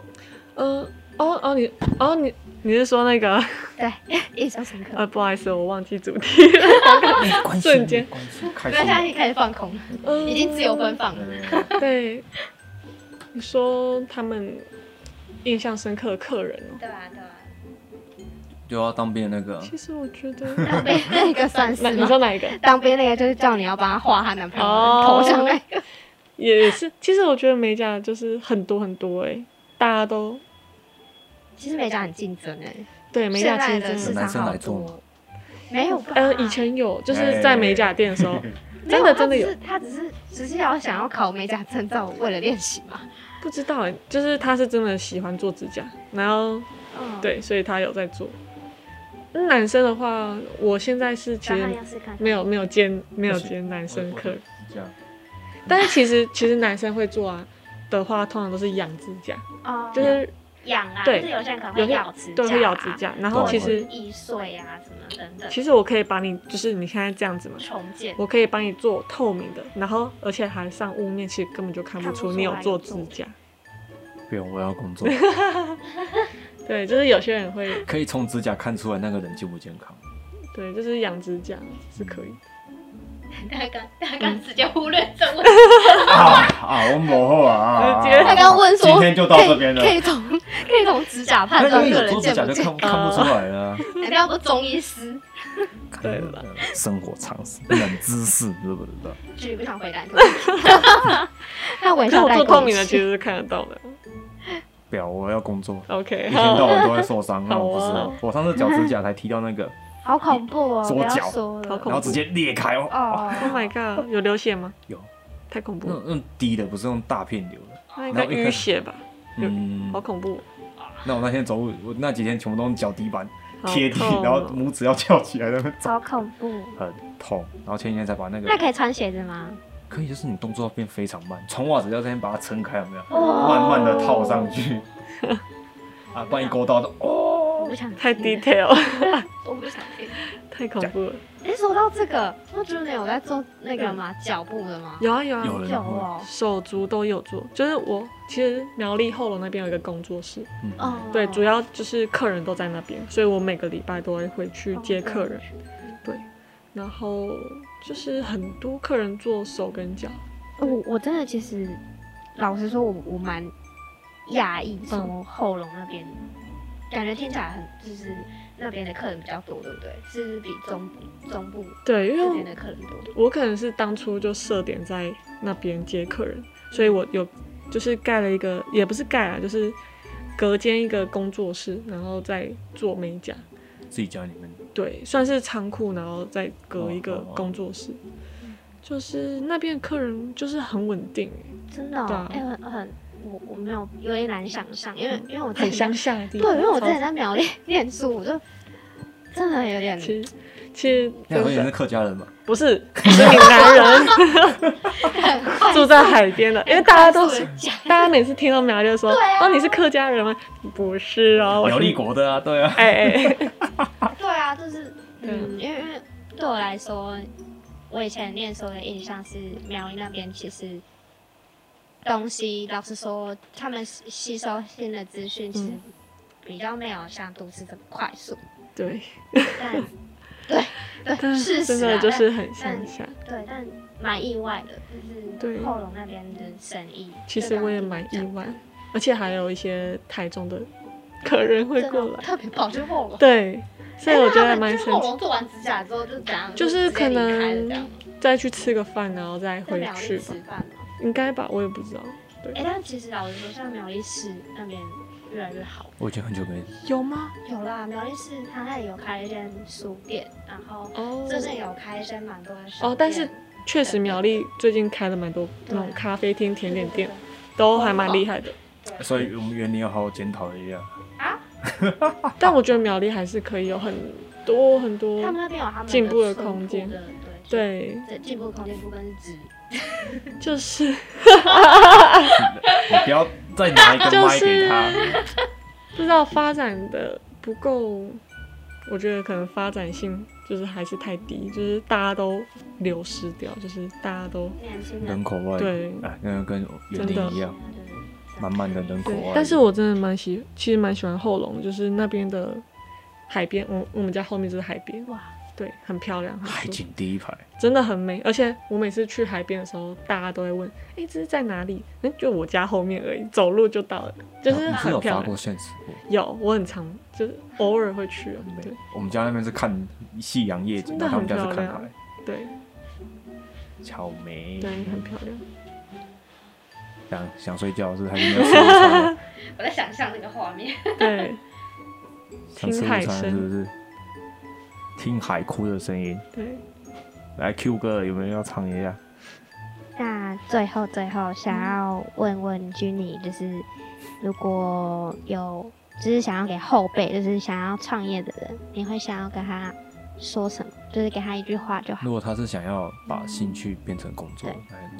[SPEAKER 3] 呃，哦哦你哦你你是说那个
[SPEAKER 2] 对，一手乘
[SPEAKER 3] *laughs*
[SPEAKER 2] 客。
[SPEAKER 3] 呃不好意思我忘记主题了，
[SPEAKER 1] 哎关
[SPEAKER 3] 瞬
[SPEAKER 1] 系
[SPEAKER 3] 间
[SPEAKER 1] 关系开
[SPEAKER 3] 啊
[SPEAKER 2] 那现在
[SPEAKER 1] 心。
[SPEAKER 2] 已经开始放空了，
[SPEAKER 3] 嗯
[SPEAKER 2] 已经自由奔放了。
[SPEAKER 1] 呃
[SPEAKER 3] 对，你说他们印象深刻的客人哦，
[SPEAKER 2] 对啊，对啊。
[SPEAKER 1] 就要当兵的那个，
[SPEAKER 3] 其实我觉得
[SPEAKER 2] *laughs* 当
[SPEAKER 3] *laughs*
[SPEAKER 2] 兵那个算
[SPEAKER 3] 哪
[SPEAKER 2] 是
[SPEAKER 3] 你
[SPEAKER 2] 吗？
[SPEAKER 3] 说哪一个？
[SPEAKER 2] 当兵那个就是叫你要帮他画她男朋友的
[SPEAKER 3] 哦
[SPEAKER 2] 头上那个。
[SPEAKER 3] 也是，其实我觉得美甲就是很多很多哎、大家都
[SPEAKER 2] 其实美甲很竞争哎、
[SPEAKER 3] 对美甲其
[SPEAKER 2] 现
[SPEAKER 3] 实
[SPEAKER 2] 在的市
[SPEAKER 3] 真的，
[SPEAKER 2] 场
[SPEAKER 1] 男生
[SPEAKER 2] 好
[SPEAKER 1] 来做吗
[SPEAKER 2] 多。没有吧？
[SPEAKER 3] 呃，以前有，就是在美甲店的时候，真的真的有，
[SPEAKER 2] 他只是只是要想要考美甲证照，为了练习嘛。
[SPEAKER 3] 不知道哎、就是他是真的喜欢做指甲，然后
[SPEAKER 2] 嗯，。
[SPEAKER 3] 对，所以他有在做。男生的话，我现在是其
[SPEAKER 2] 找
[SPEAKER 3] 实
[SPEAKER 2] 他要试看看。
[SPEAKER 3] 没有没有兼没有
[SPEAKER 1] 不行
[SPEAKER 3] 兼男生课，
[SPEAKER 1] 这样。
[SPEAKER 3] *laughs* 但是其实其实男生会做啊的话，通常都是养指甲，
[SPEAKER 2] 哦，
[SPEAKER 3] 就是
[SPEAKER 2] 痒啊，
[SPEAKER 3] 对
[SPEAKER 2] 就是有些人可能
[SPEAKER 3] 有
[SPEAKER 2] 会
[SPEAKER 3] 些
[SPEAKER 2] 咬指甲、啊，
[SPEAKER 3] 对会咬指，甲，然后
[SPEAKER 2] 或
[SPEAKER 3] 其
[SPEAKER 2] 者
[SPEAKER 1] 对
[SPEAKER 3] 实
[SPEAKER 2] 是易碎啊什么等等，
[SPEAKER 3] 其实我可以把你就是你现在这样子嘛，
[SPEAKER 2] 重建。
[SPEAKER 3] 我可以帮你做透明的，然后而且还上雾面，其实根本就看不
[SPEAKER 2] 看不
[SPEAKER 3] 出
[SPEAKER 2] 出
[SPEAKER 3] 你有
[SPEAKER 2] 来
[SPEAKER 3] 做
[SPEAKER 2] 你做
[SPEAKER 3] 指甲。
[SPEAKER 1] 不用，我要工作。
[SPEAKER 3] 对，就是有些人会，
[SPEAKER 1] 可以从指甲看出来那个人健不健康。
[SPEAKER 3] 对，就是养指甲是可以的。
[SPEAKER 2] 他刚他刚直接忽略这问题，
[SPEAKER 1] 啊啊！我模糊啊啊！啊
[SPEAKER 3] 直接
[SPEAKER 2] 他刚问说，
[SPEAKER 1] 今天就到这边了
[SPEAKER 2] 可以可以从可以从指甲判
[SPEAKER 1] 那
[SPEAKER 2] 断
[SPEAKER 1] 因为
[SPEAKER 2] 这
[SPEAKER 1] 有
[SPEAKER 2] 个人
[SPEAKER 1] 做指
[SPEAKER 2] 健
[SPEAKER 1] 甲
[SPEAKER 2] 不
[SPEAKER 1] 就
[SPEAKER 2] 健
[SPEAKER 1] 看看不出来了啊。
[SPEAKER 2] 康，人家说中医师，
[SPEAKER 3] 对了，
[SPEAKER 1] 生活常识、冷知识，你知不知道？
[SPEAKER 2] 就是不想回答你这个问题。 *laughs* 那微
[SPEAKER 3] 但
[SPEAKER 2] 笑
[SPEAKER 3] 我
[SPEAKER 2] 带
[SPEAKER 3] 做
[SPEAKER 2] 过
[SPEAKER 3] 透明的其
[SPEAKER 2] 去，
[SPEAKER 3] 实是看得到的。
[SPEAKER 1] 不要，我要工作，
[SPEAKER 3] OK，
[SPEAKER 1] *laughs* 一天到
[SPEAKER 3] 好，
[SPEAKER 1] 晚都在受伤，那
[SPEAKER 3] 好
[SPEAKER 1] 我不
[SPEAKER 3] 啊
[SPEAKER 1] 是啊。我上次脚指甲才提到那个，
[SPEAKER 2] 好恐怖哦！
[SPEAKER 1] 左
[SPEAKER 2] 不要
[SPEAKER 1] 脚
[SPEAKER 2] 说
[SPEAKER 3] 好恐怖
[SPEAKER 2] 了
[SPEAKER 1] 然后直接裂开哦。
[SPEAKER 2] 哦
[SPEAKER 3] ，Oh my god，有流血吗？
[SPEAKER 1] 有嗯
[SPEAKER 3] 太恐怖
[SPEAKER 1] 那种
[SPEAKER 3] 了，
[SPEAKER 1] 那种滴的，不是用大片流的。
[SPEAKER 3] 那应该淤血吧？有
[SPEAKER 1] 嗯
[SPEAKER 3] 好，恐怖，哦
[SPEAKER 1] 那我那天走路，我那几天全部都用脚底板
[SPEAKER 3] 好
[SPEAKER 1] 贴地，
[SPEAKER 3] 痛哦
[SPEAKER 1] 然后拇指要翘起来，在那边
[SPEAKER 2] 好恐怖。
[SPEAKER 1] 很痛。然后前几天才把那个
[SPEAKER 2] 那可以穿鞋子吗？
[SPEAKER 1] 可以，就是你动作要变非常慢，穿袜子要先把它撑开，有没有？
[SPEAKER 2] 哦
[SPEAKER 1] 慢慢的套上去。
[SPEAKER 3] 哦
[SPEAKER 1] *laughs* 啊，万一勾到就
[SPEAKER 2] 我
[SPEAKER 1] 哦，
[SPEAKER 2] 不想
[SPEAKER 3] 太
[SPEAKER 1] *laughs*
[SPEAKER 2] 听
[SPEAKER 3] detail，
[SPEAKER 2] 我不想听。
[SPEAKER 3] 太恐怖了。
[SPEAKER 2] 哎，说到这个，那朱年有在做那个吗？脚步的吗？
[SPEAKER 3] 有啊有
[SPEAKER 1] 有
[SPEAKER 3] 啊，
[SPEAKER 1] 人
[SPEAKER 2] 有
[SPEAKER 1] 会
[SPEAKER 2] 哦，
[SPEAKER 3] 手足都有做，就是我其实苗栗后龙那边有一个工作室，
[SPEAKER 1] 嗯，
[SPEAKER 2] 哦，
[SPEAKER 3] 对，主要就是客人都在那边，所以我每个礼拜都会回去接
[SPEAKER 2] 哦
[SPEAKER 3] 客人。对，然后就是很多客人做手跟脚，
[SPEAKER 2] 呃我我真的其实，老实说我，我蛮讶异，说后龙那边、感觉听起来很就是那边的客人比较多，对不对？是不是比中部中部
[SPEAKER 3] 对，
[SPEAKER 2] 这
[SPEAKER 3] 因
[SPEAKER 2] 边
[SPEAKER 3] 为
[SPEAKER 2] 的客人多？
[SPEAKER 3] 我可能是当初就设点在那边接客人，所以我有就是盖了一个，也不是盖啊，就是隔间一个工作室，然后再做美甲，
[SPEAKER 1] 自己家里面
[SPEAKER 3] 对，算是仓库，然后再隔一个
[SPEAKER 1] 哦哦哦
[SPEAKER 3] 工作室。就是那边客人就是很稳定，
[SPEAKER 2] 真的、
[SPEAKER 3] 对
[SPEAKER 2] 哦
[SPEAKER 3] 啊，
[SPEAKER 2] 哎、很很我我没有有点难想象，因为因为我之
[SPEAKER 3] 很
[SPEAKER 2] 前
[SPEAKER 3] 乡下的地
[SPEAKER 2] 对，
[SPEAKER 3] 方。
[SPEAKER 2] 因为我之
[SPEAKER 3] 超
[SPEAKER 2] 前 *laughs* 在苗栗念书，我就真的有点
[SPEAKER 3] 其实其实
[SPEAKER 1] 那好像也
[SPEAKER 3] 真
[SPEAKER 1] 是
[SPEAKER 3] 的
[SPEAKER 1] 客家人嘛，
[SPEAKER 3] 不是是闽南人住在海边的，因为大家都是
[SPEAKER 2] 很假
[SPEAKER 3] 大家每次听到苗栗的时候，
[SPEAKER 2] 对啊
[SPEAKER 3] 哦你是客家人吗？不是哦，我是
[SPEAKER 1] 苗栗。国的啊，对啊，
[SPEAKER 3] 哎哎，哎
[SPEAKER 2] 对啊，就是
[SPEAKER 3] 对
[SPEAKER 2] 嗯，因为因为对我来说，我以前念书的印象是苗栗那边其实东西，老实说，他们吸吸收新的资讯其
[SPEAKER 3] 嗯
[SPEAKER 2] 实比较没有像都市这么快速，
[SPEAKER 3] 对，
[SPEAKER 2] *laughs*
[SPEAKER 3] *laughs*
[SPEAKER 2] 但对对
[SPEAKER 3] 但
[SPEAKER 2] 事
[SPEAKER 3] 真
[SPEAKER 2] 实
[SPEAKER 3] 的
[SPEAKER 2] 啊，嗯
[SPEAKER 3] 就是很乡下。
[SPEAKER 2] 但对，但蛮意外的，就
[SPEAKER 3] 对
[SPEAKER 2] 是后龙那边的生意，
[SPEAKER 3] 其实我也蛮意外，而且还有一些台中的客人会
[SPEAKER 2] 真的哎
[SPEAKER 3] 过来，
[SPEAKER 2] 特别跑去后龙。啊
[SPEAKER 3] 对，所以我觉得还蛮
[SPEAKER 2] *laughs* 就是
[SPEAKER 3] 神
[SPEAKER 2] 后
[SPEAKER 3] 奇。
[SPEAKER 2] 龙做完指甲之后就怎样，
[SPEAKER 3] 就
[SPEAKER 2] 直接
[SPEAKER 3] 是可
[SPEAKER 2] 离开了这
[SPEAKER 3] 能
[SPEAKER 2] 样
[SPEAKER 3] 再去吃个饭，然后再
[SPEAKER 2] 在
[SPEAKER 3] 回
[SPEAKER 2] 苗栗
[SPEAKER 3] 去
[SPEAKER 2] 吃
[SPEAKER 3] 吧，
[SPEAKER 2] 饭吗？啊
[SPEAKER 3] 应该吧，我也不知道。
[SPEAKER 2] 哎、但其实老实说，像苗栗市那边越来越好。
[SPEAKER 1] 我已经很久没
[SPEAKER 3] 有吗？
[SPEAKER 2] 有啦，苗栗市它那里有开一间书店，然后
[SPEAKER 3] 哦
[SPEAKER 2] 最近有开一些蛮多的商
[SPEAKER 3] 哦，但是
[SPEAKER 2] 店
[SPEAKER 3] 确实苗栗最近开了蛮多那种
[SPEAKER 2] 对
[SPEAKER 3] 咖啡厅、甜点店，
[SPEAKER 2] 对
[SPEAKER 3] 都还蛮厉害的。
[SPEAKER 2] 对对
[SPEAKER 1] 所以我们园林要好好检讨一下。
[SPEAKER 2] 啊
[SPEAKER 3] 但我觉得苗栗还是可以有很多很多
[SPEAKER 2] 他们那边有他们
[SPEAKER 3] 进步的
[SPEAKER 2] 的
[SPEAKER 3] 空间
[SPEAKER 2] 村部的对
[SPEAKER 3] 对，
[SPEAKER 2] 这进步空间部分是指
[SPEAKER 3] 就是
[SPEAKER 1] 你不要再拿一个
[SPEAKER 3] *laughs* 就
[SPEAKER 1] 麦给
[SPEAKER 3] 是
[SPEAKER 1] 他。
[SPEAKER 3] 不知道发展的不够，我觉得可能发展性就是还是太低，就是大家都流失掉，就是大家都
[SPEAKER 2] 年轻人
[SPEAKER 1] 人口外移，
[SPEAKER 3] 对
[SPEAKER 1] 哎，那个跟园
[SPEAKER 3] 真的
[SPEAKER 1] 林一样，慢慢的人口
[SPEAKER 3] 对
[SPEAKER 1] 外移。，
[SPEAKER 3] 但是我真的蛮喜，其实蛮喜欢后龙，就是那边的海边，我我们家后面就是海边，
[SPEAKER 2] 哇，
[SPEAKER 3] 对，很漂亮，很
[SPEAKER 1] 海
[SPEAKER 3] 舒服
[SPEAKER 1] 景第一排，
[SPEAKER 3] 真的很美。而且我每次去海边的时候，大家都会问，哎、这是在哪里？那就我家后面而已，走路就到了，就是
[SPEAKER 1] 哦你是有
[SPEAKER 3] 很
[SPEAKER 1] 发
[SPEAKER 3] 漂
[SPEAKER 1] 过
[SPEAKER 3] 亮。
[SPEAKER 1] 现实过？
[SPEAKER 3] 有，我很常就是偶尔会去啊，
[SPEAKER 1] 没
[SPEAKER 3] 对
[SPEAKER 1] 有我们家那边是看夕阳夜景，
[SPEAKER 3] 真的
[SPEAKER 1] 然后他们家
[SPEAKER 3] 很
[SPEAKER 1] 是
[SPEAKER 3] 漂
[SPEAKER 1] 看
[SPEAKER 3] 亮
[SPEAKER 1] 海。
[SPEAKER 3] 对
[SPEAKER 1] 草莓，
[SPEAKER 3] 对，很漂亮。
[SPEAKER 1] 想想睡觉是还是没有吃午餐啊？
[SPEAKER 2] 我在想象那个画面，
[SPEAKER 3] 对，
[SPEAKER 1] 想吃
[SPEAKER 3] 听
[SPEAKER 1] 午
[SPEAKER 3] 海
[SPEAKER 1] 餐是不
[SPEAKER 3] 声，
[SPEAKER 1] 是？听海哭的声音，
[SPEAKER 3] 对，
[SPEAKER 1] 来 Q 哥有没有要唱一下？
[SPEAKER 2] 那最后最后想要问问 Jenny，就是如果有就是想要给后辈，就是想要创业的人，你会想要跟他说什么？就是给他一句话就好。
[SPEAKER 1] 如果他是想要把兴趣变成工作
[SPEAKER 2] 对，
[SPEAKER 1] 哎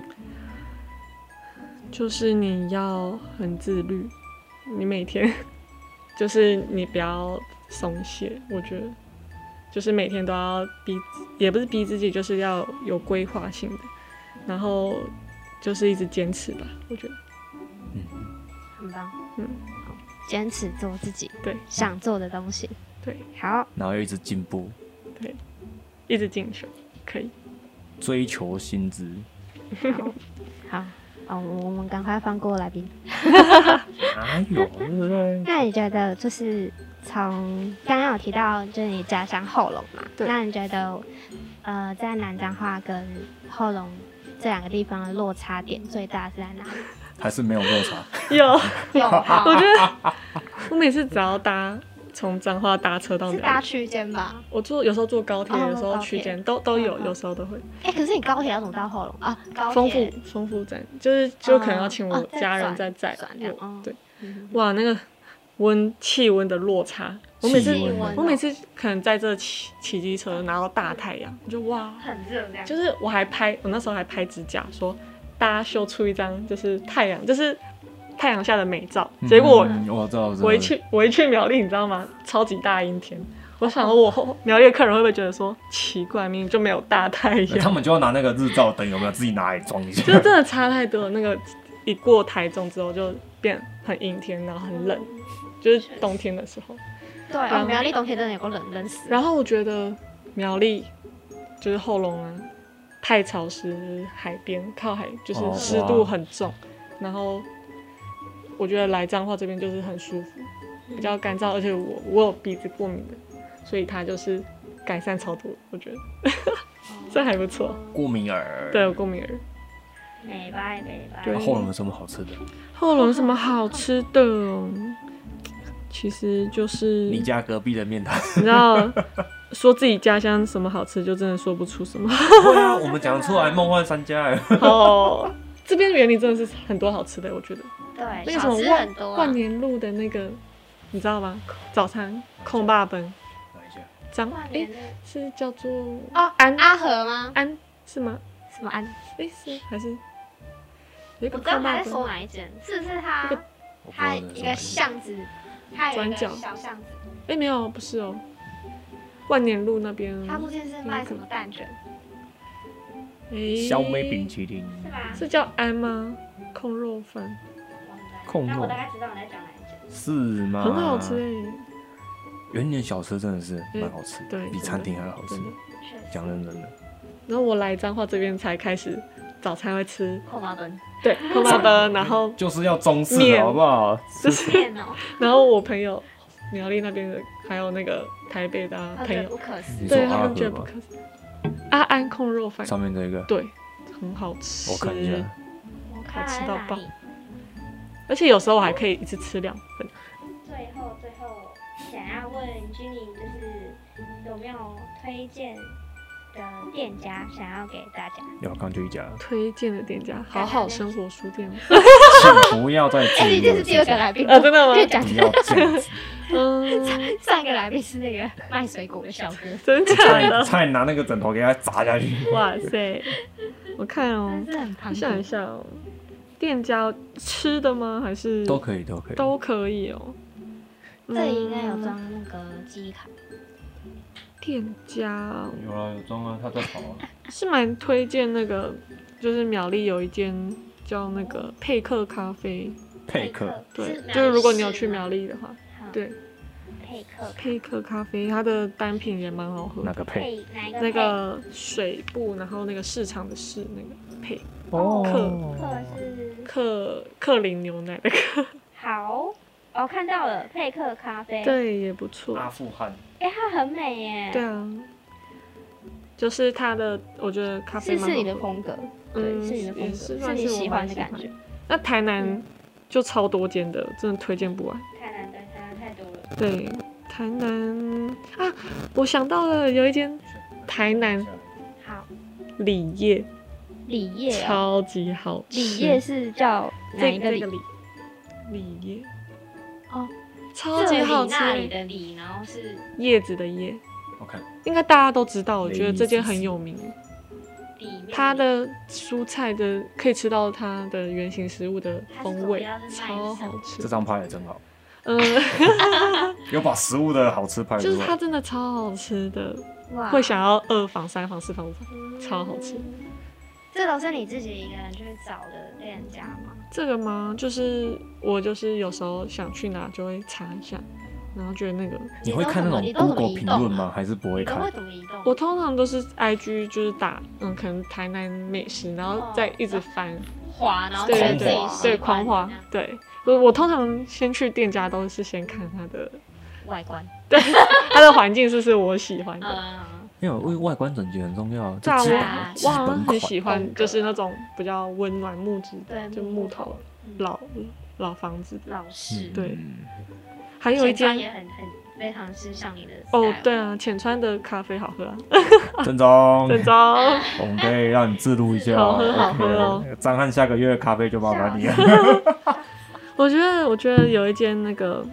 [SPEAKER 3] 就是你要很自律，你每天就是你不要松懈，我觉得就是每天都要逼自，也不是逼自己，就是要有规划性的，然后就是一直坚持吧，我觉得
[SPEAKER 2] 很棒，
[SPEAKER 3] 嗯
[SPEAKER 2] 嗯，好坚持做自己
[SPEAKER 3] 对
[SPEAKER 2] 想做的东西。
[SPEAKER 3] 对，
[SPEAKER 2] 好，
[SPEAKER 1] 然后又一直进步，
[SPEAKER 3] 一直进修可以。
[SPEAKER 1] 追求薪资。
[SPEAKER 2] 好，哦，我们赶快放过来宾。
[SPEAKER 1] 哪有？对不对
[SPEAKER 2] 那你觉得就是从刚刚有提到就是你家乡后龙嘛？
[SPEAKER 3] 对
[SPEAKER 2] 那你觉得呃，在南彰化跟后龙这两个地方的落差点最大是在哪里？
[SPEAKER 1] *laughs* 还是没有落差？
[SPEAKER 3] 有，
[SPEAKER 2] 有啊，
[SPEAKER 3] 我觉得我每次只要搭从彰化搭车到
[SPEAKER 2] 是
[SPEAKER 3] 苗
[SPEAKER 2] 搭
[SPEAKER 3] 栗，
[SPEAKER 2] 区间吧？
[SPEAKER 3] 我坐有时候坐高铁，
[SPEAKER 2] 哦
[SPEAKER 3] 有时候
[SPEAKER 2] 高
[SPEAKER 3] 区
[SPEAKER 2] 铁
[SPEAKER 3] 间都都有
[SPEAKER 2] 嗯，嗯
[SPEAKER 3] 有时候都会。
[SPEAKER 2] *laughs* 哎、可是你高铁要怎么到后龙啊？高
[SPEAKER 3] 丰
[SPEAKER 2] 铁
[SPEAKER 3] 富丰富站，就是就可能要请
[SPEAKER 2] 哦
[SPEAKER 3] 我
[SPEAKER 2] 哦再
[SPEAKER 3] 家人
[SPEAKER 2] 转
[SPEAKER 3] 再载
[SPEAKER 2] 转这样
[SPEAKER 3] 我
[SPEAKER 2] 哦。
[SPEAKER 3] 对，
[SPEAKER 2] 嗯
[SPEAKER 3] 哇，那个温气温的落差，我每次
[SPEAKER 1] 气温
[SPEAKER 2] 温
[SPEAKER 3] 我每次可能在这骑骑机车，然后大太阳，我就哇，
[SPEAKER 2] 很热这样
[SPEAKER 3] 就是我还拍，我那时候还拍指甲，说大家秀出一张就是太阳，就是太阳下的美照。 *laughs* 结果
[SPEAKER 1] 嗯我知道，我知道
[SPEAKER 3] 我一去我一去苗栗，你知道吗？超级大阴天。我想说我后苗栗的客人会不会觉得说奇怪，明明就没有大太阳
[SPEAKER 1] *laughs* 那，他们就要拿那个日照灯，有没有自己拿来装一下？
[SPEAKER 3] 就是真的差太多了。那个一过台中之后就变很阴天，然后很冷，就是冬天的时候。
[SPEAKER 2] 对，
[SPEAKER 3] 啊
[SPEAKER 2] 哦苗栗冬天真的有个冷冷死。
[SPEAKER 3] 然后我觉得苗栗就是后龙啊，太潮湿，海边靠海就是
[SPEAKER 1] 哦
[SPEAKER 3] 湿度很重，然后我觉得来彰化这边就是很舒服，比较干燥，而且我我有鼻子过敏的，所以它就是改善超多，我觉得 *laughs* 这还不错。
[SPEAKER 1] 过敏儿。
[SPEAKER 3] 对，有过敏儿。
[SPEAKER 2] 美拜美拜
[SPEAKER 3] 对
[SPEAKER 1] 后龙啊有什么好吃的？
[SPEAKER 3] 嗯后龙有什么好吃的哦？其实就是
[SPEAKER 1] 你家隔壁的面摊。
[SPEAKER 3] 你知道，说自己家乡什么好吃，就真的说不出
[SPEAKER 2] *laughs*
[SPEAKER 3] 什么。
[SPEAKER 1] 对 *laughs* 啊，我们讲出
[SPEAKER 3] *laughs*
[SPEAKER 1] 来梦幻三家。
[SPEAKER 3] 哦，这边园林真的是很多好吃的，我觉得
[SPEAKER 2] 对，
[SPEAKER 3] 那个什
[SPEAKER 2] 小
[SPEAKER 3] 么
[SPEAKER 2] 吃很多
[SPEAKER 3] 万
[SPEAKER 2] 啊
[SPEAKER 3] 万年路的那个，你知道吗？早餐控霸本
[SPEAKER 1] 哪一家？
[SPEAKER 3] 张
[SPEAKER 2] 万
[SPEAKER 3] 诶
[SPEAKER 2] 年路
[SPEAKER 3] 是叫做
[SPEAKER 2] 哦，安阿和吗？
[SPEAKER 3] 安是吗？
[SPEAKER 2] 什么安？
[SPEAKER 3] 诶，是还是有一
[SPEAKER 2] 我
[SPEAKER 3] 个
[SPEAKER 2] 知道
[SPEAKER 3] 控
[SPEAKER 2] 他
[SPEAKER 3] 霸
[SPEAKER 2] 在说
[SPEAKER 3] 本？
[SPEAKER 2] 哪一间，是不是他
[SPEAKER 3] 那个
[SPEAKER 1] 我不知
[SPEAKER 2] 他
[SPEAKER 1] 道这
[SPEAKER 2] 一
[SPEAKER 1] 是哪
[SPEAKER 2] 个
[SPEAKER 1] 家。
[SPEAKER 2] 巷子，他有一
[SPEAKER 3] 转
[SPEAKER 2] 个
[SPEAKER 3] 角
[SPEAKER 2] 小巷子，
[SPEAKER 3] 诶，没有，不是哦，万年路那边
[SPEAKER 2] 他附近
[SPEAKER 3] 嗯
[SPEAKER 2] 是卖什么蛋卷？
[SPEAKER 3] 诶，
[SPEAKER 1] 小美冰淇淋。
[SPEAKER 2] 是吧？
[SPEAKER 3] 哎是叫安吗？控肉饭
[SPEAKER 1] 控肉
[SPEAKER 2] 那我大概知道你在讲哪一间。
[SPEAKER 1] 是吗？
[SPEAKER 3] 很好吃。诶。
[SPEAKER 1] 园林小吃真的是蛮好吃，
[SPEAKER 3] 嗯对，
[SPEAKER 1] 比餐厅还好吃
[SPEAKER 3] 真。的。
[SPEAKER 2] 确实
[SPEAKER 1] 讲认真的，
[SPEAKER 3] 然后我来彰化这边才开始早餐会吃，
[SPEAKER 2] 扣八分，
[SPEAKER 3] 对，空巴的，
[SPEAKER 1] 嗯
[SPEAKER 3] 然后
[SPEAKER 1] 就是要中式的
[SPEAKER 3] 面
[SPEAKER 1] 好不好？
[SPEAKER 3] 就是，
[SPEAKER 2] 面 *laughs* 哦，
[SPEAKER 3] *laughs* 然后我朋友苗栗那边的，还有那个台北的、啊
[SPEAKER 2] 他
[SPEAKER 3] 朋
[SPEAKER 2] 觉得
[SPEAKER 3] 友，
[SPEAKER 2] 哦不可思
[SPEAKER 1] 你
[SPEAKER 2] 议。
[SPEAKER 1] 说
[SPEAKER 3] 对
[SPEAKER 1] 阿
[SPEAKER 3] 他们觉得
[SPEAKER 1] 和
[SPEAKER 3] 不
[SPEAKER 1] 吧
[SPEAKER 3] 可，思议。阿安控肉饭，
[SPEAKER 1] 上面这个
[SPEAKER 3] 对，很好吃。
[SPEAKER 1] 我看一下。
[SPEAKER 2] 我看来
[SPEAKER 3] 嗯好吃到
[SPEAKER 2] 哪
[SPEAKER 3] 爆
[SPEAKER 2] 里？
[SPEAKER 3] 而且有时候我还可以一次吃两份，
[SPEAKER 4] 最后最后想要问君妮，就是有没有推荐的店家想要给大家？
[SPEAKER 1] 要刚就一家，
[SPEAKER 3] 推荐的店家，好好生活书 *laughs* 店。
[SPEAKER 1] 请不要再自
[SPEAKER 2] 哎，
[SPEAKER 1] 以
[SPEAKER 2] 这是
[SPEAKER 1] 为
[SPEAKER 2] 第二
[SPEAKER 1] 自
[SPEAKER 2] 个
[SPEAKER 1] 己，
[SPEAKER 2] 来宾，*laughs*
[SPEAKER 3] 啊，真的吗？
[SPEAKER 2] 就讲
[SPEAKER 1] 不要这样子，
[SPEAKER 3] 嗯，
[SPEAKER 2] 上一个来宾是那个卖水果的小哥，
[SPEAKER 3] 真 *laughs* 假
[SPEAKER 1] 差
[SPEAKER 3] 的？
[SPEAKER 1] 差点拿那个枕头给他砸下去。
[SPEAKER 3] 哇塞！我看哦
[SPEAKER 2] 真，是很庞
[SPEAKER 3] 想一
[SPEAKER 2] 大。
[SPEAKER 3] 下哦，店家吃的吗？还是
[SPEAKER 1] 都可以，都可以。
[SPEAKER 3] 都可以哦。
[SPEAKER 2] 这里应该有
[SPEAKER 3] 嗯
[SPEAKER 2] 装那个记忆卡，
[SPEAKER 3] 店家
[SPEAKER 1] 有啦，有装啊，他在跑啊。
[SPEAKER 3] 是蛮推荐那个，就是苗栗有一间叫那个佩克咖啡，
[SPEAKER 1] 佩克，
[SPEAKER 3] 对
[SPEAKER 4] 是，苗栗
[SPEAKER 3] 就是如果你有
[SPEAKER 4] 市
[SPEAKER 3] 去
[SPEAKER 4] 吗
[SPEAKER 3] 苗栗的话，
[SPEAKER 4] 好
[SPEAKER 3] 对，
[SPEAKER 4] 配客
[SPEAKER 3] 佩克咖啡它的单品也蛮好喝
[SPEAKER 1] 哪
[SPEAKER 3] 的，
[SPEAKER 1] 个佩？
[SPEAKER 4] 配哪一个
[SPEAKER 3] 那
[SPEAKER 4] 配？
[SPEAKER 3] 个水部，然后那个市场的市那个佩
[SPEAKER 1] 哦
[SPEAKER 4] 客是
[SPEAKER 3] 克克林牛奶的克，
[SPEAKER 4] 好，哦，看到了配客咖啡，
[SPEAKER 3] 对，也不错，
[SPEAKER 1] 阿富汗，
[SPEAKER 4] 哎、它很美耶。
[SPEAKER 3] 对啊，就是它的，我觉得咖啡
[SPEAKER 2] 是
[SPEAKER 3] 蛮
[SPEAKER 2] 是
[SPEAKER 3] 好
[SPEAKER 2] 你的
[SPEAKER 3] 喝
[SPEAKER 2] 风格，对，
[SPEAKER 3] 嗯
[SPEAKER 2] 是你的风
[SPEAKER 3] 也
[SPEAKER 2] 格，
[SPEAKER 3] 是
[SPEAKER 2] 是
[SPEAKER 3] 算
[SPEAKER 2] 你
[SPEAKER 3] 是我
[SPEAKER 2] 喜
[SPEAKER 3] 蛮
[SPEAKER 2] 欢的
[SPEAKER 3] 喜
[SPEAKER 2] 感
[SPEAKER 3] 欢
[SPEAKER 2] 觉。
[SPEAKER 3] 那台南
[SPEAKER 4] 嗯
[SPEAKER 3] 就超多间的，真的推荐不完。
[SPEAKER 4] 太难对，太难太多了。
[SPEAKER 3] 对，台南啊，我想到了，有一间台南
[SPEAKER 4] 好，
[SPEAKER 3] 李业
[SPEAKER 2] 李烨哦，
[SPEAKER 3] 超级好吃，
[SPEAKER 2] 李烨是叫哪
[SPEAKER 3] 这
[SPEAKER 2] 一个
[SPEAKER 3] 这
[SPEAKER 2] 李
[SPEAKER 3] 个？李李业
[SPEAKER 2] 哦，
[SPEAKER 3] 超级
[SPEAKER 2] 这里
[SPEAKER 3] 好吃，
[SPEAKER 2] 那里的李，然后是
[SPEAKER 3] 叶子的叶，
[SPEAKER 1] 我看
[SPEAKER 3] 应该大家都知道，我觉得
[SPEAKER 1] 雷
[SPEAKER 3] 这间
[SPEAKER 1] 子
[SPEAKER 3] 很有名。
[SPEAKER 4] 里面
[SPEAKER 3] 它的蔬菜的可以吃到它的原型食物的风味
[SPEAKER 4] 它，是主要是卖
[SPEAKER 3] 超
[SPEAKER 4] 什
[SPEAKER 3] 好
[SPEAKER 4] 么
[SPEAKER 3] 吃
[SPEAKER 1] 这。张拍的真好，
[SPEAKER 3] 嗯，
[SPEAKER 1] 有把食物的好吃拍出
[SPEAKER 3] 就是它
[SPEAKER 1] 来。
[SPEAKER 3] 真的超好吃的，
[SPEAKER 2] 哇嗯
[SPEAKER 3] 会想要二房、三房、四房、五房，超好吃。
[SPEAKER 2] 这都是你自己一个人去找的店家吗？
[SPEAKER 3] 这个吗？就是我就是有时候想去哪就会查一下，然后觉得那个
[SPEAKER 1] 你会看那种
[SPEAKER 2] 你都怎么
[SPEAKER 1] Google 评论吗？还是不会
[SPEAKER 2] 你都
[SPEAKER 1] 看
[SPEAKER 2] 会？怎么移动？
[SPEAKER 3] 我通常都是 I G 就是打嗯，可能台南美食，然后
[SPEAKER 2] 哦
[SPEAKER 3] 再一直翻，
[SPEAKER 2] 滑，然后
[SPEAKER 3] 对
[SPEAKER 2] 觉得
[SPEAKER 3] 对
[SPEAKER 2] 自
[SPEAKER 3] 对
[SPEAKER 2] 己喜
[SPEAKER 3] 对
[SPEAKER 2] 欢
[SPEAKER 3] 狂滑
[SPEAKER 2] 这样，
[SPEAKER 3] 对。我我通常先去店家都是先看它的
[SPEAKER 2] 外观，
[SPEAKER 3] 它的环境是不是我喜欢的，
[SPEAKER 2] 嗯，
[SPEAKER 1] 没有，因为外观整洁很重要，这
[SPEAKER 3] 炸
[SPEAKER 1] 基
[SPEAKER 3] 我
[SPEAKER 1] 本
[SPEAKER 2] 啊
[SPEAKER 1] 基
[SPEAKER 3] 我好
[SPEAKER 1] 本
[SPEAKER 3] 像
[SPEAKER 1] 款
[SPEAKER 3] 很。喜欢，就是那种比较温暖木质
[SPEAKER 2] 对
[SPEAKER 3] 的，就木头
[SPEAKER 2] 嗯
[SPEAKER 3] 老老房子的。
[SPEAKER 2] 老式
[SPEAKER 1] 嗯，
[SPEAKER 3] 对还有一
[SPEAKER 2] 前川
[SPEAKER 3] 间
[SPEAKER 2] 也很很非常是像你的
[SPEAKER 3] 哦
[SPEAKER 2] style，
[SPEAKER 3] 对啊，浅川的咖啡好喝啊，哦
[SPEAKER 1] 正
[SPEAKER 3] *laughs*
[SPEAKER 1] 宗，
[SPEAKER 3] 正宗。
[SPEAKER 1] 我们可以让你自录一下。
[SPEAKER 3] 好喝好喝哦
[SPEAKER 1] OK，张翰下个月的咖啡就麻烦你了。
[SPEAKER 3] 我觉得，我觉得有一间那个，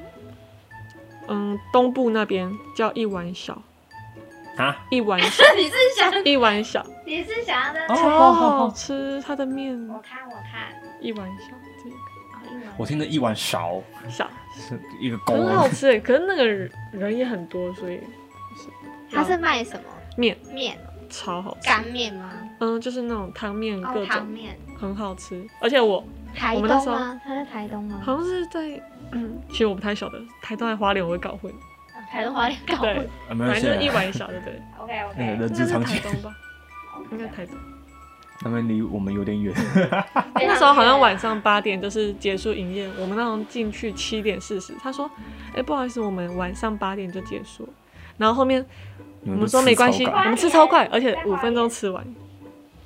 [SPEAKER 3] 嗯，东部那边叫一碗小，
[SPEAKER 1] *laughs* 啊，
[SPEAKER 3] 一碗
[SPEAKER 2] *laughs*
[SPEAKER 3] 小，
[SPEAKER 2] *laughs* 你是想
[SPEAKER 3] 一碗小，
[SPEAKER 2] 你是想要在
[SPEAKER 1] 哦
[SPEAKER 3] 超好吃，它的面
[SPEAKER 4] 我看我看，
[SPEAKER 3] 一碗小，这
[SPEAKER 1] 我听着一碗勺
[SPEAKER 3] 个小
[SPEAKER 1] 是一个勾，
[SPEAKER 3] 很好吃欸诶，可是那个人人也很多，所以
[SPEAKER 2] 他是卖什么
[SPEAKER 3] 面
[SPEAKER 2] 面？
[SPEAKER 3] 超好吃，
[SPEAKER 2] 干面吗？
[SPEAKER 3] 嗯，就是那种汤面
[SPEAKER 2] 哦，
[SPEAKER 3] 各
[SPEAKER 2] 汤
[SPEAKER 3] 种
[SPEAKER 2] 面。
[SPEAKER 3] 很好吃，而且我
[SPEAKER 2] 台
[SPEAKER 3] 我
[SPEAKER 2] 东
[SPEAKER 3] 们那时候
[SPEAKER 2] 吗？他在台东吗？
[SPEAKER 3] 好像是在， *clears throat* 嗯，其实我不太晓得，台东还花莲我会搞混，
[SPEAKER 2] 啊台东花莲搞
[SPEAKER 3] 对，
[SPEAKER 1] 啊没有
[SPEAKER 3] 反正就是一
[SPEAKER 1] 现在
[SPEAKER 3] 碗小，对
[SPEAKER 2] *laughs*
[SPEAKER 3] 不对？
[SPEAKER 4] OK
[SPEAKER 1] 嗯那个
[SPEAKER 4] OK，
[SPEAKER 1] 人
[SPEAKER 3] 应
[SPEAKER 1] 之
[SPEAKER 3] 该是
[SPEAKER 1] 常
[SPEAKER 3] 台
[SPEAKER 1] 情，
[SPEAKER 3] 东吧，应该台东。
[SPEAKER 1] 他们离我们有点远。
[SPEAKER 3] 那时候好像晚上八点就是结束营业，我们那种进去七点四十，他说：“哎、不好意思，我们晚上八点就结束。”然后后面
[SPEAKER 1] 你
[SPEAKER 3] 我
[SPEAKER 1] 们
[SPEAKER 3] 们
[SPEAKER 1] 就
[SPEAKER 3] 说没
[SPEAKER 1] 吃
[SPEAKER 3] 关系，
[SPEAKER 1] 草
[SPEAKER 3] 我
[SPEAKER 1] 稿
[SPEAKER 3] 们吃超快，而且五分钟吃完，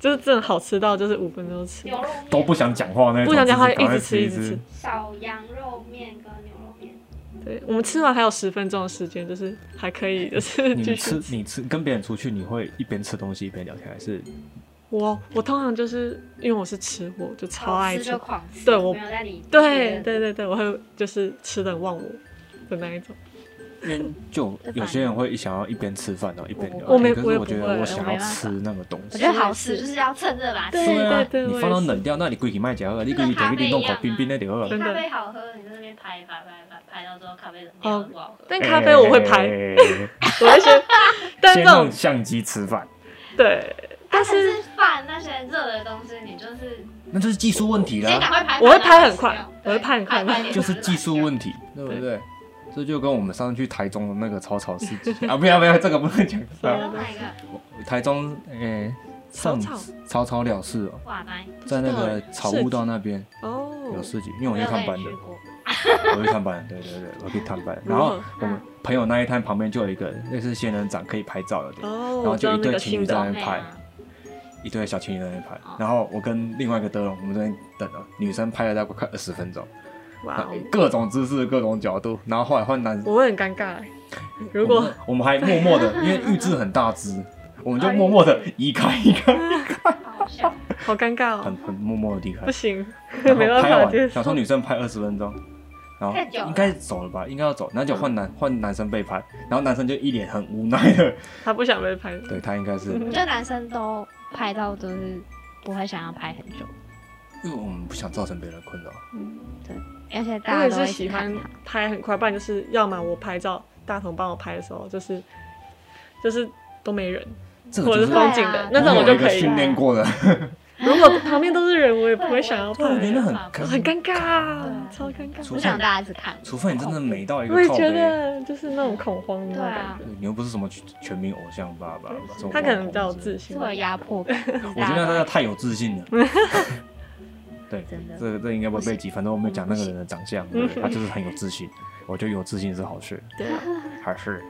[SPEAKER 3] 就是真的好吃到就是五分钟吃，
[SPEAKER 4] 牛肉面
[SPEAKER 1] 都不想讲话那种，
[SPEAKER 3] 不想讲话
[SPEAKER 1] 自己赶快
[SPEAKER 3] 一直吃
[SPEAKER 1] 吃
[SPEAKER 3] 一直吃
[SPEAKER 1] 吃。
[SPEAKER 4] 少羊肉面跟牛肉面，
[SPEAKER 3] 对我们吃完还有十分钟的时间，就是还可以就是继
[SPEAKER 1] 你
[SPEAKER 3] 续
[SPEAKER 1] 吃。你吃跟别人出去，你会一边吃东西一边聊天，还是
[SPEAKER 3] 嗯我我通常就是因为我是吃货，就超爱
[SPEAKER 2] 吃
[SPEAKER 3] 吃
[SPEAKER 2] 就。狂吃，
[SPEAKER 3] 对我
[SPEAKER 2] 没有在理。
[SPEAKER 3] 对，对对对，我会就是吃的忘我的那一种。
[SPEAKER 1] 因为就有些人会想要一边吃饭然后一边聊
[SPEAKER 3] 我没
[SPEAKER 1] 天，可
[SPEAKER 3] 我
[SPEAKER 1] 是
[SPEAKER 3] 也
[SPEAKER 1] 我觉
[SPEAKER 3] 不会
[SPEAKER 1] 得
[SPEAKER 3] 我
[SPEAKER 1] 想
[SPEAKER 2] 没
[SPEAKER 1] 要
[SPEAKER 2] 办法
[SPEAKER 1] 吃那个东
[SPEAKER 2] 我
[SPEAKER 1] 西。
[SPEAKER 2] 觉得好吃就是要趁热把它吃
[SPEAKER 3] 对
[SPEAKER 2] 完。
[SPEAKER 1] 啊
[SPEAKER 3] 对对
[SPEAKER 1] 你
[SPEAKER 3] 我
[SPEAKER 1] 放
[SPEAKER 3] 也
[SPEAKER 1] 到
[SPEAKER 3] 是
[SPEAKER 1] 冷掉，那你规矩卖夹了，你规矩
[SPEAKER 4] 咖
[SPEAKER 1] 夹
[SPEAKER 4] 啡
[SPEAKER 1] 去你弄
[SPEAKER 4] 一
[SPEAKER 1] 口
[SPEAKER 4] 样啊
[SPEAKER 1] 冰冰的就好了
[SPEAKER 3] 对。
[SPEAKER 4] 你
[SPEAKER 3] 真的
[SPEAKER 4] 咖啡好喝，你在那边拍拍拍拍拍到最后咖啡怎么
[SPEAKER 3] 哦
[SPEAKER 4] 样？不好喝。
[SPEAKER 3] 但咖啡我会拍，
[SPEAKER 1] 哎
[SPEAKER 3] 我会先，但
[SPEAKER 1] 先
[SPEAKER 3] 那种
[SPEAKER 1] 用相机吃饭，
[SPEAKER 3] 对，但
[SPEAKER 4] 但
[SPEAKER 2] 啊
[SPEAKER 3] 是
[SPEAKER 4] 是饭那些热的东西，你就是
[SPEAKER 1] 那就是技术问题
[SPEAKER 4] 先赶
[SPEAKER 3] *laughs*
[SPEAKER 1] 啦，
[SPEAKER 4] 快拍，
[SPEAKER 3] 我
[SPEAKER 4] 拍
[SPEAKER 3] 会拍
[SPEAKER 4] 到
[SPEAKER 3] 很快
[SPEAKER 4] 死掉
[SPEAKER 3] 我会拍很快
[SPEAKER 4] 对快点
[SPEAKER 1] 就是技术问题，对不对？这就跟我们上次去台中的那个草草市集啊，不要不要，这个不能讲。
[SPEAKER 3] 啊
[SPEAKER 4] 然后买一个
[SPEAKER 1] 台中诶，上
[SPEAKER 3] 草草
[SPEAKER 1] 草草了事
[SPEAKER 2] Oh
[SPEAKER 1] 哦，
[SPEAKER 4] 哇塞，
[SPEAKER 1] 在那
[SPEAKER 3] 不知
[SPEAKER 1] 个
[SPEAKER 3] 道欸
[SPEAKER 1] 草
[SPEAKER 3] 市
[SPEAKER 1] 悟
[SPEAKER 3] 集
[SPEAKER 1] 道那边
[SPEAKER 3] 哦
[SPEAKER 1] 有，市集，因为我去探班的
[SPEAKER 4] 去，过
[SPEAKER 1] 我去探班，对对对，我去探班。
[SPEAKER 3] 如
[SPEAKER 1] 然后
[SPEAKER 3] 何
[SPEAKER 1] 我们朋友那一摊旁边就有一个类似仙人掌可以拍照的地方，
[SPEAKER 3] 哦，
[SPEAKER 1] 然后
[SPEAKER 3] 我知
[SPEAKER 1] 就
[SPEAKER 3] 道
[SPEAKER 1] 一
[SPEAKER 3] 那
[SPEAKER 1] 对
[SPEAKER 3] 个
[SPEAKER 1] 情侣
[SPEAKER 3] 新
[SPEAKER 1] 在那
[SPEAKER 3] 的，
[SPEAKER 1] 边拍
[SPEAKER 4] 哦，
[SPEAKER 1] 一对小情侣在那边拍
[SPEAKER 4] 哦。
[SPEAKER 1] 然后我跟另外一个德龙，我们在那边等了，女生拍了大概快二十分钟，
[SPEAKER 3] 哇哦，
[SPEAKER 1] 各种姿势、各种角度，然后后来换男，
[SPEAKER 3] 我会很尴尬欸。如果
[SPEAKER 1] 我们还默默的，
[SPEAKER 3] *laughs*
[SPEAKER 1] 因为玉志很大只，我
[SPEAKER 3] 哎
[SPEAKER 1] 们就默默的移开一开，
[SPEAKER 4] 好笑。
[SPEAKER 3] 好尴尬
[SPEAKER 1] 很
[SPEAKER 3] 哦，
[SPEAKER 1] 很默默的离开
[SPEAKER 3] 不，行，
[SPEAKER 1] 然
[SPEAKER 3] *laughs* 没
[SPEAKER 1] 后
[SPEAKER 3] 办
[SPEAKER 1] 拍
[SPEAKER 3] 法接
[SPEAKER 1] 完，想
[SPEAKER 3] 受
[SPEAKER 1] 说。女生拍二十分钟，然后
[SPEAKER 4] 太久了
[SPEAKER 1] 应该走了吧，应该要走，然后就换男换男生被拍，然后男生就一脸很无奈的，
[SPEAKER 3] 他不想被拍，
[SPEAKER 1] 对他应该是，
[SPEAKER 3] 嗯
[SPEAKER 2] 我觉得男生都拍到都是不会想要拍很久，
[SPEAKER 1] 因
[SPEAKER 2] 嗯
[SPEAKER 1] 为我们不想造成别人困扰，
[SPEAKER 2] 而且
[SPEAKER 3] 我
[SPEAKER 2] 大家
[SPEAKER 3] 也
[SPEAKER 2] 都
[SPEAKER 3] 是
[SPEAKER 2] 会
[SPEAKER 3] 喜
[SPEAKER 2] 去看啊
[SPEAKER 3] 欢
[SPEAKER 2] 他。
[SPEAKER 3] 拍很快，不然就是要么我拍照，大同帮我拍的时候，就是就是都没人，
[SPEAKER 1] 这个
[SPEAKER 3] 或者
[SPEAKER 1] 就是是
[SPEAKER 3] 风景的
[SPEAKER 2] 对啊
[SPEAKER 3] 那种我
[SPEAKER 1] 有
[SPEAKER 3] 就
[SPEAKER 1] 一个
[SPEAKER 3] 可以
[SPEAKER 1] 训
[SPEAKER 3] 了。
[SPEAKER 1] 练过的，
[SPEAKER 3] 如果旁边都是人，我也不会想要
[SPEAKER 1] 对，我觉得
[SPEAKER 3] 拍，
[SPEAKER 1] 很
[SPEAKER 3] 很尴尬，
[SPEAKER 2] 啊
[SPEAKER 4] 对
[SPEAKER 3] 超尴尬。
[SPEAKER 1] 除
[SPEAKER 2] 不
[SPEAKER 1] 非
[SPEAKER 2] 想大家一直看，
[SPEAKER 1] 除非你真的美到一
[SPEAKER 3] 我也
[SPEAKER 1] 个靠
[SPEAKER 3] 觉
[SPEAKER 1] 背，
[SPEAKER 3] 得就是那种恐慌的
[SPEAKER 2] 对
[SPEAKER 3] 感
[SPEAKER 2] 啊
[SPEAKER 3] 觉，，
[SPEAKER 1] 你又不是什么全全民偶像爸爸，什么
[SPEAKER 3] 他可能
[SPEAKER 1] 网红
[SPEAKER 3] 比较有
[SPEAKER 1] 之类的
[SPEAKER 3] 自信
[SPEAKER 2] 是，有压迫
[SPEAKER 3] *laughs*
[SPEAKER 2] 感。
[SPEAKER 1] 我觉得他太有自信了。对，
[SPEAKER 2] 真的
[SPEAKER 1] 这个这应该不会被挤，反正我没有讲那个人的长相，对他就是很有自信。我觉得有自信是好事，
[SPEAKER 3] 对啊，
[SPEAKER 1] 还是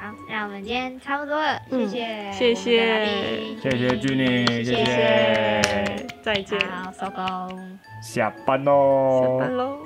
[SPEAKER 4] 好，那我们今天差不多了，
[SPEAKER 3] 嗯
[SPEAKER 4] 谢谢
[SPEAKER 3] 谢谢
[SPEAKER 4] 我们的来宾，
[SPEAKER 1] 谢谢 Jenny，谢
[SPEAKER 3] 谢谢，再见，
[SPEAKER 4] 好，收工。
[SPEAKER 1] 下班
[SPEAKER 3] 下
[SPEAKER 1] 喽
[SPEAKER 3] 班。喽。